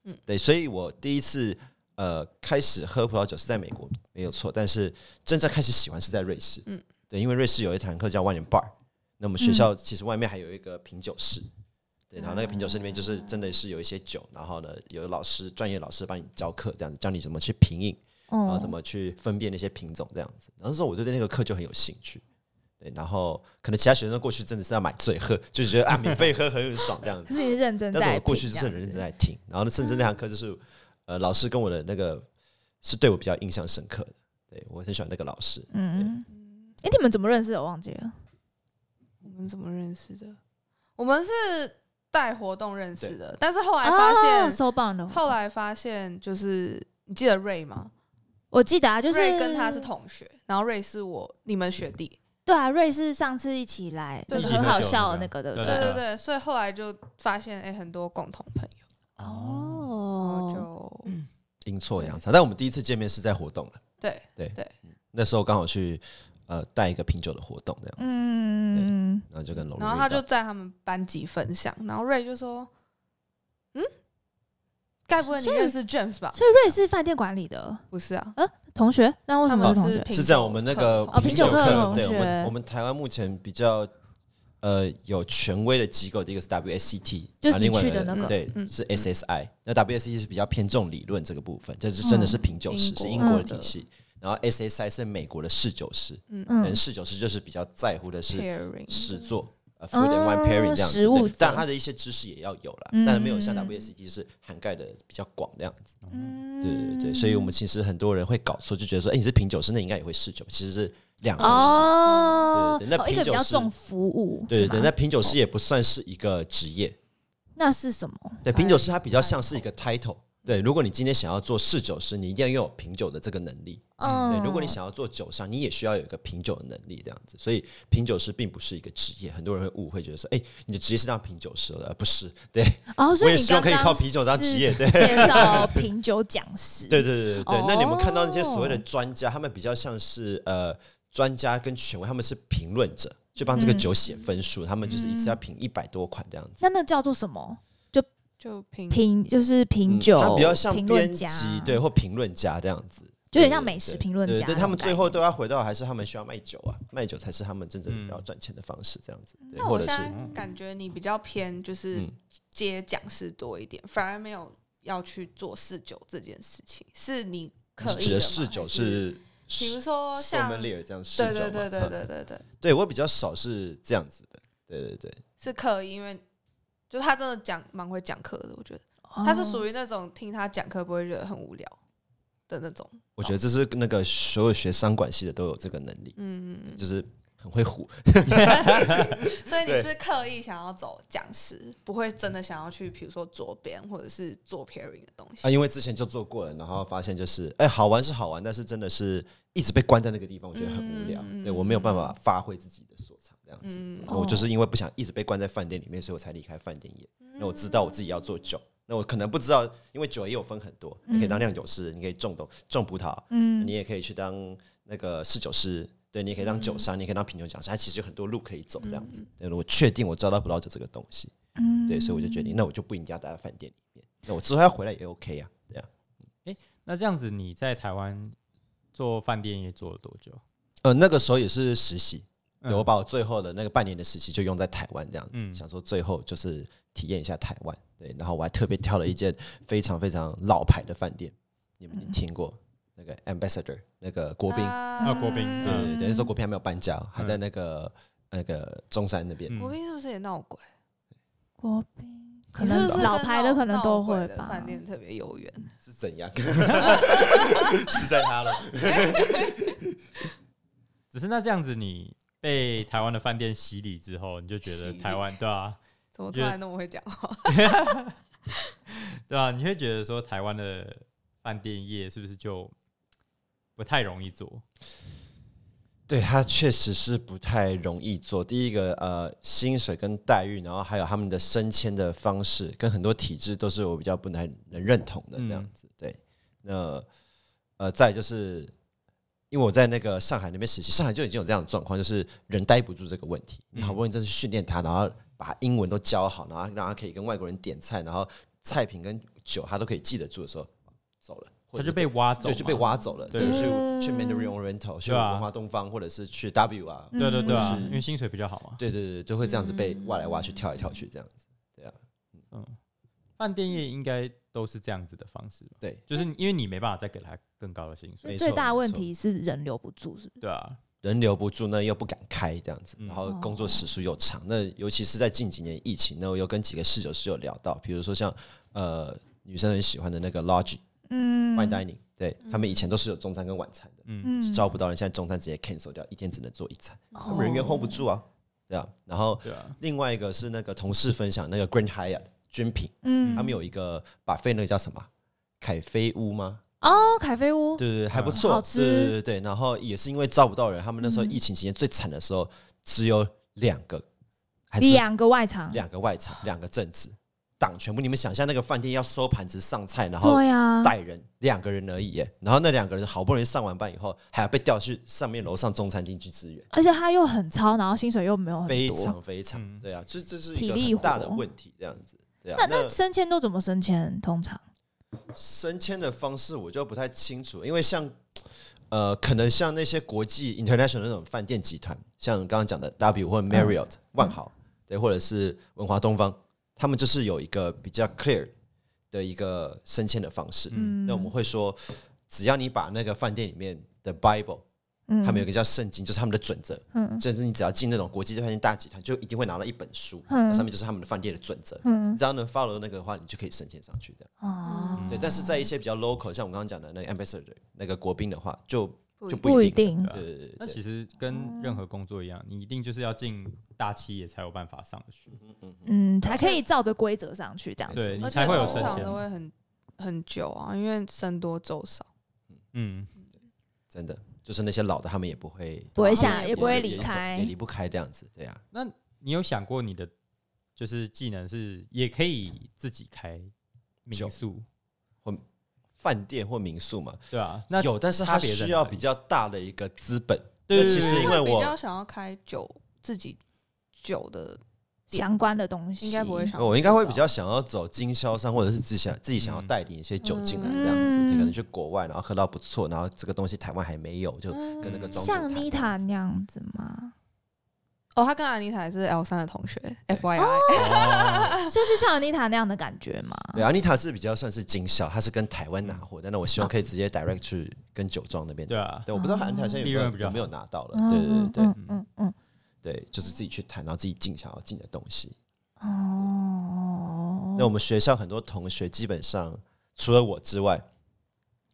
Speaker 4: 嗯
Speaker 3: 嗯，
Speaker 4: 对，所以我第一次呃开始喝葡萄酒是在美国，没有错，但是真正开始喜欢是在瑞士，嗯
Speaker 3: 嗯，
Speaker 4: 对，因为瑞士有一堂课叫 Wine and Bar，那么学校其实外面还有一个品酒室，对，然后那
Speaker 3: 啊
Speaker 4: 个品酒室里面就是真的是有一些酒，然后呢有老师专业老师帮你教课，这样子教你怎么去品饮，然后
Speaker 2: 哦
Speaker 4: 怎么去分辨那些品种这样子。然后那时候我就对那个课就很有兴趣，对，然后可能其他学生过去真的是要买醉喝，就觉得啊免费喝很很爽这 样
Speaker 2: 就
Speaker 4: 子。
Speaker 2: 是你认真在
Speaker 4: 但
Speaker 2: 听这样子，
Speaker 4: 是我过去就是很认真在听，然后呢，甚至那堂课就是呃老师跟我的那个是对我比较印象深刻的，对我很喜欢那个老师。
Speaker 2: 嗯，哎、你们怎么认识的？我忘记了。
Speaker 3: 我们怎么认识的？我们是带活动认识
Speaker 4: 对
Speaker 3: 的，但是后来
Speaker 2: 哦
Speaker 3: 发现，
Speaker 2: 收棒的，
Speaker 3: 后来发现就是你记得瑞吗？
Speaker 2: 我记得啊，就是
Speaker 3: 瑞跟他是同学，然后瑞是我你们学弟，
Speaker 2: 对啊，瑞是上次一起来，
Speaker 3: 对
Speaker 2: 你
Speaker 3: 对
Speaker 2: 很
Speaker 3: 对
Speaker 2: 好笑的那个，对
Speaker 1: 对
Speaker 2: 不
Speaker 4: 啊
Speaker 3: 对
Speaker 2: 对？
Speaker 3: 对对，所以后来就发现哎、很多共同朋友，
Speaker 1: 哦，
Speaker 3: 然后
Speaker 2: 哦，
Speaker 3: 就、
Speaker 4: 阴错阳差，但我们第一次见面是在活动了，
Speaker 3: 对
Speaker 4: 对
Speaker 3: 对，
Speaker 4: 那时候刚好去呃带一个品酒的活动这样，
Speaker 2: 嗯，
Speaker 4: 然后就跟龙，
Speaker 3: 然后他就在他们班级分享，然后瑞就说，嗯，该不会你
Speaker 2: 所以
Speaker 3: 认识 James 吧？
Speaker 2: 所以瑞是饭店管理的
Speaker 3: 不是啊，
Speaker 2: 同学，那哦为什么
Speaker 3: 他
Speaker 2: 是
Speaker 3: 们
Speaker 2: 同
Speaker 3: 是
Speaker 2: 学？
Speaker 3: 品
Speaker 4: 是这样，我们那
Speaker 3: 课
Speaker 4: 个
Speaker 3: 的同学
Speaker 2: 品酒课的同
Speaker 4: 对我
Speaker 2: 学
Speaker 4: 们我们台湾目前比较呃有权威的机构，第一个是 WSET，
Speaker 2: 就是
Speaker 4: 然后
Speaker 2: 你
Speaker 4: 啊另外
Speaker 2: 去
Speaker 4: 一个
Speaker 2: 的那个
Speaker 4: 对
Speaker 3: 嗯
Speaker 4: 是 SSI，那 WSET 是比较偏重理论这个部分，这
Speaker 2: 哦
Speaker 4: 是真的是品酒师，
Speaker 3: 嗯
Speaker 4: 是英
Speaker 3: 英
Speaker 4: 国
Speaker 3: 国
Speaker 4: 的体系。然后 SSI 是美国的侍酒师，
Speaker 3: 嗯
Speaker 4: 嗯，
Speaker 2: 嗯
Speaker 4: 侍酒师就是比较在乎的是
Speaker 3: ，pairing
Speaker 4: 实作，呃 food and wine pairing
Speaker 2: 嗯
Speaker 4: 这样子，
Speaker 2: 食物
Speaker 4: 对但它的一些知识也要有啦，但是没有像
Speaker 2: 嗯
Speaker 4: WSET 是涵盖的比较广这样子。
Speaker 2: 嗯
Speaker 4: 对对对，所以我们其实很多人会搞错，就觉得说，哎、你是品酒师，那你应该也会试酒，其实是两回事。
Speaker 2: 哦，
Speaker 4: 对对对那
Speaker 2: 哦一个
Speaker 4: 品
Speaker 2: 比
Speaker 4: 酒
Speaker 2: 较
Speaker 4: 师
Speaker 2: 重服务，
Speaker 4: 对对对，
Speaker 2: 是
Speaker 4: 那
Speaker 2: 吗
Speaker 4: 品酒师也不算是一个职业，
Speaker 2: 那是什么？
Speaker 4: 对，品酒师它比较像是一
Speaker 2: 嗯
Speaker 4: 个 title。对，如果你今天想要做侍酒师，你一定要拥有品酒的这个能力。
Speaker 2: 嗯
Speaker 4: 对，如果你想要做酒商，你也需要有一个品酒的能力，这样子。所以品酒师并不是一个职业，很多人会误会，觉得说，哎、你的职业是当品酒师的，而不是。对，
Speaker 2: 哦，所
Speaker 4: 我
Speaker 2: 以
Speaker 4: 也
Speaker 2: 你
Speaker 4: 希望
Speaker 2: 刚
Speaker 4: 可以靠
Speaker 2: 刚
Speaker 4: 啤酒当职
Speaker 2: 是
Speaker 4: 业，对。
Speaker 2: 介绍品酒讲师，
Speaker 4: 对对对对对。那你们看到那些所谓的
Speaker 2: 哦
Speaker 4: 专家，他们比较像是呃专家跟权威，他们是评论者，就帮这个
Speaker 2: 嗯
Speaker 4: 酒写分数，他们就是一次要评一百多款这样子。
Speaker 2: 那那叫做什么？
Speaker 3: 就评
Speaker 2: 品就是品
Speaker 4: 嗯
Speaker 2: 酒，
Speaker 4: 他比较像
Speaker 2: 评
Speaker 4: 编
Speaker 2: 论家哦
Speaker 4: 辑，对，或评论家这样子，
Speaker 2: 就有点
Speaker 4: 对
Speaker 2: 像
Speaker 4: 对
Speaker 2: 美食
Speaker 4: 对
Speaker 2: 评论
Speaker 4: 对
Speaker 2: 家
Speaker 4: 对，
Speaker 2: 那
Speaker 4: 他
Speaker 2: 种
Speaker 4: 们最
Speaker 2: 概
Speaker 4: 后
Speaker 2: 念
Speaker 4: 都要回到，还是他们需要卖酒啊，卖酒才是他们真正要赚钱的方式，这样子，对，
Speaker 3: 那
Speaker 4: 或
Speaker 3: 我
Speaker 4: 者
Speaker 3: 现
Speaker 4: 是
Speaker 3: 在
Speaker 1: 嗯
Speaker 3: 感觉你比较偏就是
Speaker 4: 嗯
Speaker 3: 接讲师多一点，反而没有要去做试酒这件事情，是你可
Speaker 4: 是
Speaker 3: 以
Speaker 4: 指的
Speaker 3: 的
Speaker 4: 侍
Speaker 3: 吗
Speaker 4: 酒，
Speaker 3: 还
Speaker 4: 是
Speaker 3: 比如说像
Speaker 4: sommelier 这样侍
Speaker 3: 对
Speaker 4: 酒嘛，
Speaker 3: 对对对
Speaker 4: 嗯
Speaker 3: 对对对，
Speaker 4: 对我比较少是这样子的，对对对，
Speaker 3: 是可以，因为就他真的讲蛮会讲课的，我觉得
Speaker 2: 哦
Speaker 3: 他是属于那种听他讲课不会觉得很无聊的那种，
Speaker 4: 我觉得这是那个所有学商管系的都有这个能力，
Speaker 3: 嗯嗯嗯，
Speaker 4: 就是很会唬。
Speaker 3: 所以你
Speaker 4: 对
Speaker 3: 是刻意想要走讲师，不会真的想要去，比如说左边或者是做 pairing 的东西。
Speaker 4: 啊，因为之前就做过了，然后发现就是，哎、好玩是好玩，但是真的是一直被关在那个地方，我觉得很无聊，
Speaker 3: 嗯
Speaker 4: 对我没有办法发挥自己的所长，这样子。
Speaker 3: 嗯
Speaker 4: 我就是因为不想一直被关在饭店里面，所以我才离开饭店业。
Speaker 3: 嗯
Speaker 4: 那我知道我自己要做酒，那我可能不知道，因为酒也有分很多，你
Speaker 3: 嗯
Speaker 4: 可以当酿酒师，你可以种豆种葡萄，
Speaker 2: 嗯
Speaker 4: 你也可以去当那个侍酒师。对，你也可以当
Speaker 3: 嗯
Speaker 4: 酒商，你也可以当品酒讲师，它其实有很多路可以走，这样子。对，我确定我抓到葡萄酒这个东西，
Speaker 2: 嗯
Speaker 4: 对，所以我就决定，那我就不一定要待在饭店里面，那我之后要回来也 OK 啊，对啊。
Speaker 1: 那这样子你在台湾做饭店业做了多久？
Speaker 4: 呃，那个时候也是实习，对
Speaker 1: 嗯
Speaker 4: 我把我最后的那个半年的实习就用在台湾这样子，
Speaker 1: 嗯
Speaker 4: 想说最后就是体验一下台湾。对，然后我还特别挑了一间非常非常老牌的饭店，你们一定听过、那个 Ambassador 那个国宾，
Speaker 1: 啊，
Speaker 3: 啊
Speaker 1: 国宾，
Speaker 4: 对对
Speaker 1: 嗯，
Speaker 4: 对，那时候国宾还没有搬家，哦还在那个、那个中山那边。
Speaker 1: 嗯
Speaker 3: 国宾是不是也闹鬼？
Speaker 2: 国宾，可
Speaker 3: 你是
Speaker 2: 能
Speaker 3: 不是
Speaker 2: 老
Speaker 3: 跟
Speaker 2: 牌的
Speaker 3: 闹
Speaker 2: 可能
Speaker 3: 闹
Speaker 2: 都
Speaker 3: 鬼
Speaker 2: 会
Speaker 3: 的
Speaker 2: 吧。
Speaker 3: 饭店特别有缘，
Speaker 4: 是怎 样？是在他了。
Speaker 1: 只是那这样子，你被台湾的饭店洗礼之后，你就觉
Speaker 3: 洗
Speaker 1: 得
Speaker 3: 礼
Speaker 1: 台湾对啊，
Speaker 3: 怎么突
Speaker 1: 觉得
Speaker 3: 然那么会讲话？
Speaker 1: 对啊，你会觉得说台湾的饭店业是不是就不太容易做？
Speaker 4: 对他确实是不太容易做。第一个，呃，薪水跟待遇，然后还有他们的升迁的方式，跟很多体制都是我比较不能能认同的
Speaker 1: 嗯
Speaker 4: 这样子。对，那呃，再来就是因为我在那个上海那边实习，上海就已经有这样的状况，就是人待不住这个问题。你好不容易真是训练他，然后把他英文都教好，然后让他可以跟外国人点菜，然后菜品跟酒他都可以记得住的时候，走了，
Speaker 1: 他
Speaker 4: 或者
Speaker 1: 就是被挖走
Speaker 4: 对，
Speaker 1: 嘛，
Speaker 4: 就被挖走了。
Speaker 1: 对
Speaker 4: 对，
Speaker 2: 嗯
Speaker 4: 去去 Mandarin Oriental，去
Speaker 1: 对啊
Speaker 4: 文化东方，或者是去 W 啊，
Speaker 1: 对对对啊，
Speaker 4: 嗯
Speaker 1: 因为薪水比较好嘛。
Speaker 4: 对对对，就会这样子
Speaker 2: 嗯
Speaker 4: 被挖来挖去、跳来跳去这样子。
Speaker 1: 嗯饭店业应该都是这样子的方式吧？
Speaker 4: 对，
Speaker 1: 就是因为你没办法再给他更高的薪
Speaker 2: 所
Speaker 1: 水，
Speaker 2: 以
Speaker 4: 没
Speaker 2: 最
Speaker 4: 错
Speaker 2: 大
Speaker 4: 没
Speaker 2: 问
Speaker 4: 错
Speaker 2: 题是人留不住，是不是？
Speaker 1: 对啊，
Speaker 4: 人留不住，那又不敢开这样子，
Speaker 1: 嗯
Speaker 4: 然
Speaker 2: 哦
Speaker 4: 后工作时数又长。那尤其是在近几年疫情，那我有跟几个室友室友聊到，比如说像呃女生很喜欢的那个 Logi
Speaker 2: 嗯
Speaker 4: Fine Dining，对他们以前都是有中餐跟晚餐的，
Speaker 1: 嗯，
Speaker 2: 嗯
Speaker 4: 招不到人，现在中餐直接 cancel 掉，一天只能做一餐，
Speaker 2: 哦
Speaker 4: 人员 hold 不住啊，对啊。然后
Speaker 1: 对啊，
Speaker 4: 另外一个是那个同事分享那个 Grand Hyatt 军品。
Speaker 2: 嗯
Speaker 4: 他们有一个把费那个叫什么啊凯菲屋吗？
Speaker 2: 哦，凯菲屋，
Speaker 4: 对对对，还不
Speaker 2: 嗯
Speaker 4: 错，
Speaker 2: 好
Speaker 4: 对
Speaker 2: 吃
Speaker 4: 对对对。然后也是因为招不到人，他们那时候
Speaker 2: 嗯
Speaker 4: 疫情期间最惨的时候，只有两个，还是
Speaker 2: 两个外场，
Speaker 4: 两个外场，两个正职档全部。你们想象那个饭店要收盘子上菜，然后
Speaker 2: 对啊呀，
Speaker 4: 带人两个人而已耶，然后那两个人好不容易上完班以后，还要被调去上面楼上中餐厅去支援。
Speaker 2: 而且他又很超，然后薪水又没有很
Speaker 4: 非
Speaker 2: 多。
Speaker 4: 常非常，
Speaker 1: 嗯
Speaker 4: 对啊，这这是
Speaker 2: 体
Speaker 4: 一个
Speaker 2: 力
Speaker 4: 很大的
Speaker 2: 活
Speaker 4: 问题，这样子，对啊。
Speaker 2: 那那升迁都怎么升迁？通常
Speaker 4: 升迁的方式我就不太清楚，因为像呃，可能像那些国际 international 那种饭店集团，像刚刚讲的 W
Speaker 2: 嗯
Speaker 4: 或 Marriott、万豪，对，或者是文华东方，他们就是有一个比较 clear 的一个升迁的方式。
Speaker 1: 嗯
Speaker 4: 那我们会说，只要你把那个饭店里面的 Bible
Speaker 2: 嗯，
Speaker 4: 他们有一个叫圣经，就是他们的准则。
Speaker 2: 嗯
Speaker 4: 就是你只要进那种国际饭店大集团，就一定会拿到一本书，
Speaker 2: 嗯
Speaker 4: 那上面就是他们的饭店的准则。
Speaker 2: 嗯
Speaker 4: 你只要能 follow 那个的话，你就可以升迁上去的。
Speaker 2: 哦，
Speaker 4: 嗯
Speaker 1: 嗯
Speaker 4: 对，但是在一些比较 local，像我们刚刚讲的那个 ambassador 那个国宾的话，就就
Speaker 3: 哦不
Speaker 4: 不
Speaker 2: 一
Speaker 4: 一
Speaker 2: 定
Speaker 1: 对啊
Speaker 4: 对对对
Speaker 1: 那
Speaker 4: 对
Speaker 1: 其实跟
Speaker 4: 嗯
Speaker 1: 任何工作一样，你一定就是要进大企业才有办法上去，
Speaker 2: 嗯，才可以照着规则上去这样子。
Speaker 1: 对你
Speaker 3: 而
Speaker 1: 才
Speaker 3: 且
Speaker 1: 会有
Speaker 3: 通
Speaker 1: 升
Speaker 3: 常
Speaker 1: 迁
Speaker 3: 都。会很很久啊，因为生多粥少，
Speaker 1: 嗯，
Speaker 4: 真的就是那些老的，他们也不会啊
Speaker 2: 不会
Speaker 3: 下
Speaker 2: 想，
Speaker 3: 也
Speaker 2: 也
Speaker 3: 不
Speaker 2: 不会
Speaker 3: 会
Speaker 2: 离
Speaker 4: 也走
Speaker 2: 开
Speaker 4: 也。离不开这样子。对啊，
Speaker 1: 那你有想过你的就是技能是也可以自己开民宿，
Speaker 4: 饭店或民宿嘛，
Speaker 1: 对啊？那
Speaker 4: 有，但是
Speaker 1: 差
Speaker 4: 它
Speaker 1: 别在
Speaker 4: 需
Speaker 1: 哪
Speaker 4: 要
Speaker 1: 里
Speaker 4: 比较大的一个资本。
Speaker 1: 对
Speaker 4: 那
Speaker 1: 对
Speaker 4: 其实
Speaker 1: 对
Speaker 4: 因
Speaker 1: 对
Speaker 4: 为
Speaker 3: 比
Speaker 4: 我
Speaker 3: 较想要开酒自己酒的，
Speaker 2: 相关的东西，
Speaker 3: 应该不会想
Speaker 4: 我哦应该会比较想要走经销商，或者是自己想自己想要
Speaker 1: 哦嗯
Speaker 4: 带领一些酒进来这样子，
Speaker 2: 嗯
Speaker 4: 就可能去国外，然后喝到不错，然后这个东西台湾还没有，就
Speaker 1: 嗯
Speaker 4: 跟那个庄主
Speaker 2: 嗯像
Speaker 4: 谈
Speaker 2: 妮
Speaker 4: 这样
Speaker 2: 塔
Speaker 4: 子
Speaker 2: 那样子吗？
Speaker 3: 哦，他跟安妮塔也是 L 三的同学，F Y I，
Speaker 4: 哦
Speaker 2: 就是像妮塔那样的感觉吗？
Speaker 4: 啊对，安妮塔是比较算是经销，她是跟台湾拿货，但是我希望可以直接 direct 去跟酒庄那边。
Speaker 1: 对啊，
Speaker 4: 对，我不知道安妮塔现在有没
Speaker 1: 利润比
Speaker 4: 有
Speaker 1: 较
Speaker 4: 有
Speaker 1: 好
Speaker 4: 没有拿到了。
Speaker 2: 嗯
Speaker 4: 对对对
Speaker 2: 嗯嗯嗯
Speaker 4: 对对，就是自己去谈，然后自己进想要进的东西。
Speaker 2: 嗯
Speaker 4: 那我们学校很多同学基本上除了我之外，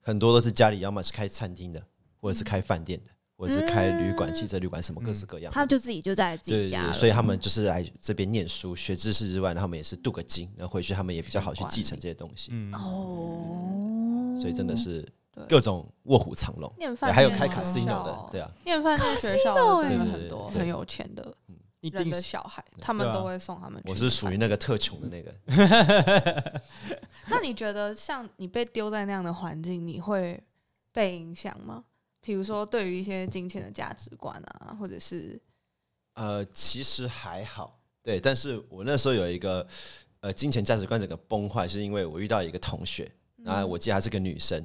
Speaker 4: 很多都是家里要么是开餐厅的，或者是开饭店的，或者是开旅馆、
Speaker 2: 嗯
Speaker 4: 汽车旅馆什么各式各样的。
Speaker 2: 他们就自己就在自
Speaker 4: 对
Speaker 2: 己
Speaker 4: 对
Speaker 2: 家了，
Speaker 4: 对，所以他们就是来这边念书、学知识之外，他们也是镀个金，然后回去他们也比较好去继承这些东西。
Speaker 1: 嗯，
Speaker 2: 哦，
Speaker 4: 所以真的是
Speaker 3: 对
Speaker 4: 各种卧虎藏龙，
Speaker 3: 念
Speaker 4: 对
Speaker 3: 饭哦
Speaker 4: 还有
Speaker 3: 店
Speaker 4: 开
Speaker 3: 学
Speaker 4: casino 的
Speaker 3: 校，
Speaker 4: 对啊，
Speaker 3: 念饭店学校的
Speaker 2: 哦
Speaker 3: 真的
Speaker 4: Casino
Speaker 3: 很多
Speaker 4: 欸对
Speaker 3: 很有钱的
Speaker 1: 一
Speaker 3: 人
Speaker 1: 定
Speaker 3: 的
Speaker 1: 是
Speaker 3: 小孩，他们
Speaker 1: 对啊
Speaker 3: 都会送他们去。
Speaker 4: 我是属于。那个特穷的那个，
Speaker 3: 那你觉得像你被丢在那样的环境，你会被影响吗？比如说对于一些金钱的价值观啊，或者是
Speaker 4: 呃，其实还好，对，但是我那时候有一个呃金钱价值观整个崩坏，是因为我遇到一个同学，
Speaker 3: 嗯
Speaker 4: 然哎
Speaker 2: 嗯
Speaker 4: 后我记得她是个女生，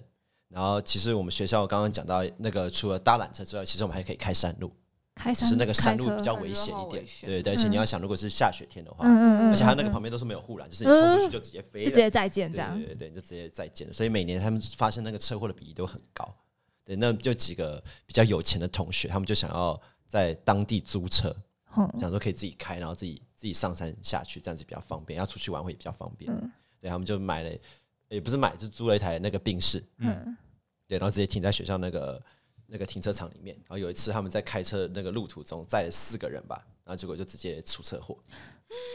Speaker 4: 然后其实我们学校刚刚讲到那个除了搭缆车之外，其实我们还可以开山路，
Speaker 2: 开
Speaker 4: 只
Speaker 2: 山
Speaker 4: 是那个山路
Speaker 2: 开车
Speaker 4: 比较危险一
Speaker 3: 很热好
Speaker 4: 点
Speaker 3: 危，险
Speaker 4: 对对，而且你要想，如果是下雪天的话，
Speaker 2: 嗯嗯嗯，
Speaker 4: 而且它那
Speaker 2: 嗯
Speaker 4: 个
Speaker 2: 嗯
Speaker 4: 旁边都是没有护栏，就是你冲出去就直接飞
Speaker 2: 就
Speaker 4: 了
Speaker 2: 直接再见这
Speaker 4: 对
Speaker 2: 样
Speaker 4: 对，对对，就直接再见了。所以每年他们发生那个车祸的比例都很高。对，那就几个比较有钱的同学，他们就想要在当地租车，
Speaker 2: 嗯
Speaker 4: 想说可以自己开，然后自己自己上山下去，这样子比较方便，要出去玩会比较方便。
Speaker 2: 嗯
Speaker 4: 对，他们就买了，也不是买，就租了一台那个宾士，
Speaker 2: 嗯
Speaker 4: 对，然后直接停在学校那个那个停车场里面。然后有一次他们在开车的那个路途中载了四个人吧，然后结果就直接出车祸，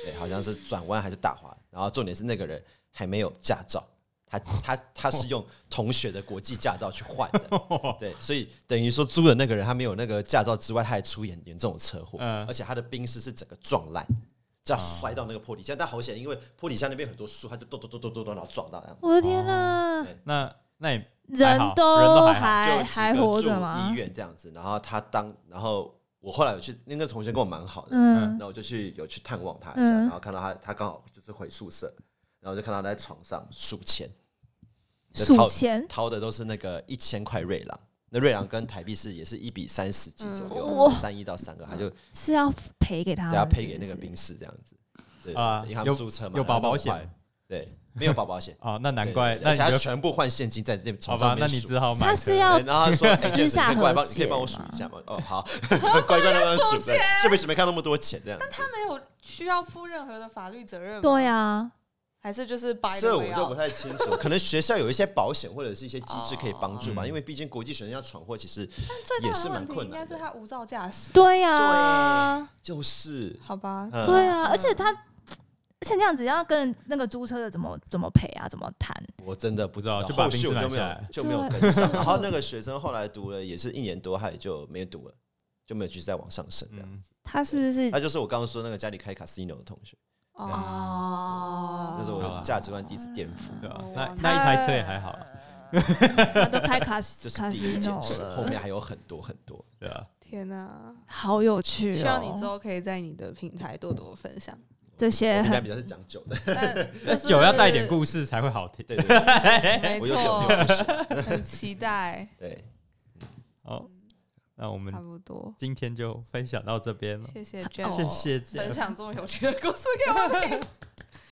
Speaker 4: 对，好像是转弯还是打滑。然后重点是那个人还没有驾照，他他他是用同学的国际驾照去换的，对，所以等于说租的那个人他没有那个驾照之外，他还出严严重的车祸，
Speaker 1: 嗯
Speaker 4: 而且他的冰室是整个撞烂。这样摔到那个坡底下，但好险，因为坡底下那边很多树，他就咚咚咚咚咚咚，然后撞到，这样
Speaker 2: 我的天
Speaker 4: 哦
Speaker 2: 呐，
Speaker 1: 那那也还
Speaker 2: 人
Speaker 1: 好
Speaker 2: 都
Speaker 1: 人都还好
Speaker 2: 还
Speaker 4: 就几
Speaker 2: 还
Speaker 4: 个
Speaker 2: 活
Speaker 4: 住
Speaker 2: 着吗
Speaker 4: 医？院这样子，然后他当，然后我后来有去，那个同学跟我蛮好的，
Speaker 2: 嗯
Speaker 4: 然后我就去有去探望他一下，
Speaker 2: 嗯
Speaker 4: 然后看到他，他刚好就是回宿舍，然后就看到他在床上数钱，那
Speaker 2: 数
Speaker 4: 掏
Speaker 2: 钱，
Speaker 4: 掏的都是那个一千块瑞郎，那瑞郎跟台币是也是一比三十几左
Speaker 2: 嗯
Speaker 4: 右
Speaker 2: 哇，
Speaker 4: 三一到三二，他就给
Speaker 2: 是要赔给他们，
Speaker 4: 他配给那
Speaker 2: 啊
Speaker 4: 个
Speaker 2: 是不是
Speaker 4: 兵士这样子，对
Speaker 1: 啊，
Speaker 4: 对因为他
Speaker 1: 有
Speaker 4: 们租车嘛，
Speaker 1: 有保
Speaker 4: 然
Speaker 1: 保
Speaker 4: 后弄坏
Speaker 1: 险，，
Speaker 4: 对，没有保保险
Speaker 1: 哦，那 难怪
Speaker 4: 对，
Speaker 1: 那
Speaker 4: 而
Speaker 1: 你
Speaker 4: 且他
Speaker 1: 就
Speaker 4: 全部换现金在那
Speaker 1: 好
Speaker 4: 床上
Speaker 1: 吧，那
Speaker 4: 面
Speaker 1: 你
Speaker 4: 数。
Speaker 1: 只好买车。
Speaker 2: 他是要
Speaker 4: 对然后他说：“哎
Speaker 2: 哦私下
Speaker 4: Jason，你过来
Speaker 2: 和
Speaker 4: 帮，你可以帮我
Speaker 2: 解
Speaker 4: 数
Speaker 2: 吗
Speaker 4: 一下吗？”哦，好， 乖乖的帮我数。对这辈子没看那么多钱这样子。
Speaker 3: 他没有需要负任何的法律责任吗？
Speaker 2: 对啊，
Speaker 3: 还是就是白
Speaker 4: 这
Speaker 3: 的
Speaker 4: 我就不太清楚，可能学校有一些保险或者是一些机制可以帮助吧，
Speaker 1: 哦
Speaker 4: 因为毕竟国际学生要闯祸，其实
Speaker 3: 最
Speaker 4: 也
Speaker 3: 大
Speaker 4: 是
Speaker 3: 的
Speaker 4: 蛮
Speaker 3: 问题
Speaker 4: 困
Speaker 3: 应
Speaker 4: 难
Speaker 3: 该是
Speaker 4: 的。
Speaker 3: 他无照驾驶，
Speaker 2: 对啊，
Speaker 4: 就是，
Speaker 3: 好吧？
Speaker 4: 嗯
Speaker 2: 对啊，
Speaker 3: 嗯
Speaker 2: 而且他，而且那样子要跟那个租车的怎么怎么赔啊，怎么谈？
Speaker 4: 我真的不知
Speaker 1: 不知
Speaker 4: 道，
Speaker 1: 道就把
Speaker 4: 后续我
Speaker 1: 冰
Speaker 4: 就
Speaker 1: 室
Speaker 4: 没
Speaker 1: 买
Speaker 4: 有
Speaker 1: 下来
Speaker 4: 就没有
Speaker 2: 对
Speaker 4: 跟上。然后那个学生后来读了也是一年多，他也就没读了，就没有继续再往上升这样。
Speaker 1: 嗯，
Speaker 2: 他是不是
Speaker 4: 他就是我刚刚说那个家里开 casino 的同学，
Speaker 3: 哦，
Speaker 4: 那是我的价值观第一次颠覆。
Speaker 1: 对啊
Speaker 3: 哦，
Speaker 1: 那
Speaker 3: 他
Speaker 1: 那一台车也还好，
Speaker 2: 他都开 卡西
Speaker 4: 这是
Speaker 2: 卡
Speaker 4: 第一
Speaker 2: 西
Speaker 4: 件
Speaker 2: 诺
Speaker 4: 事，后
Speaker 2: 了？
Speaker 4: 面还有很多很 多。
Speaker 1: 对啊，
Speaker 3: 天哪！
Speaker 2: 好有趣哦！
Speaker 3: 希望你之后可以在你的平台多多分享。
Speaker 2: 这
Speaker 4: 我
Speaker 2: 些
Speaker 4: 应该
Speaker 2: 很
Speaker 4: 比较是讲酒的，
Speaker 3: 但
Speaker 1: 那
Speaker 3: 就是
Speaker 1: 酒要带点故事才会好听。
Speaker 4: 对对对
Speaker 3: 没
Speaker 4: 我有酒有
Speaker 3: 错，很期待，
Speaker 4: 对，
Speaker 1: 好，那我们
Speaker 3: 差不多。
Speaker 1: 今天就分享到这边了，
Speaker 3: 谢谢 Jen，
Speaker 1: 谢谢 Jeff
Speaker 3: 分享这么有趣的故事给我听。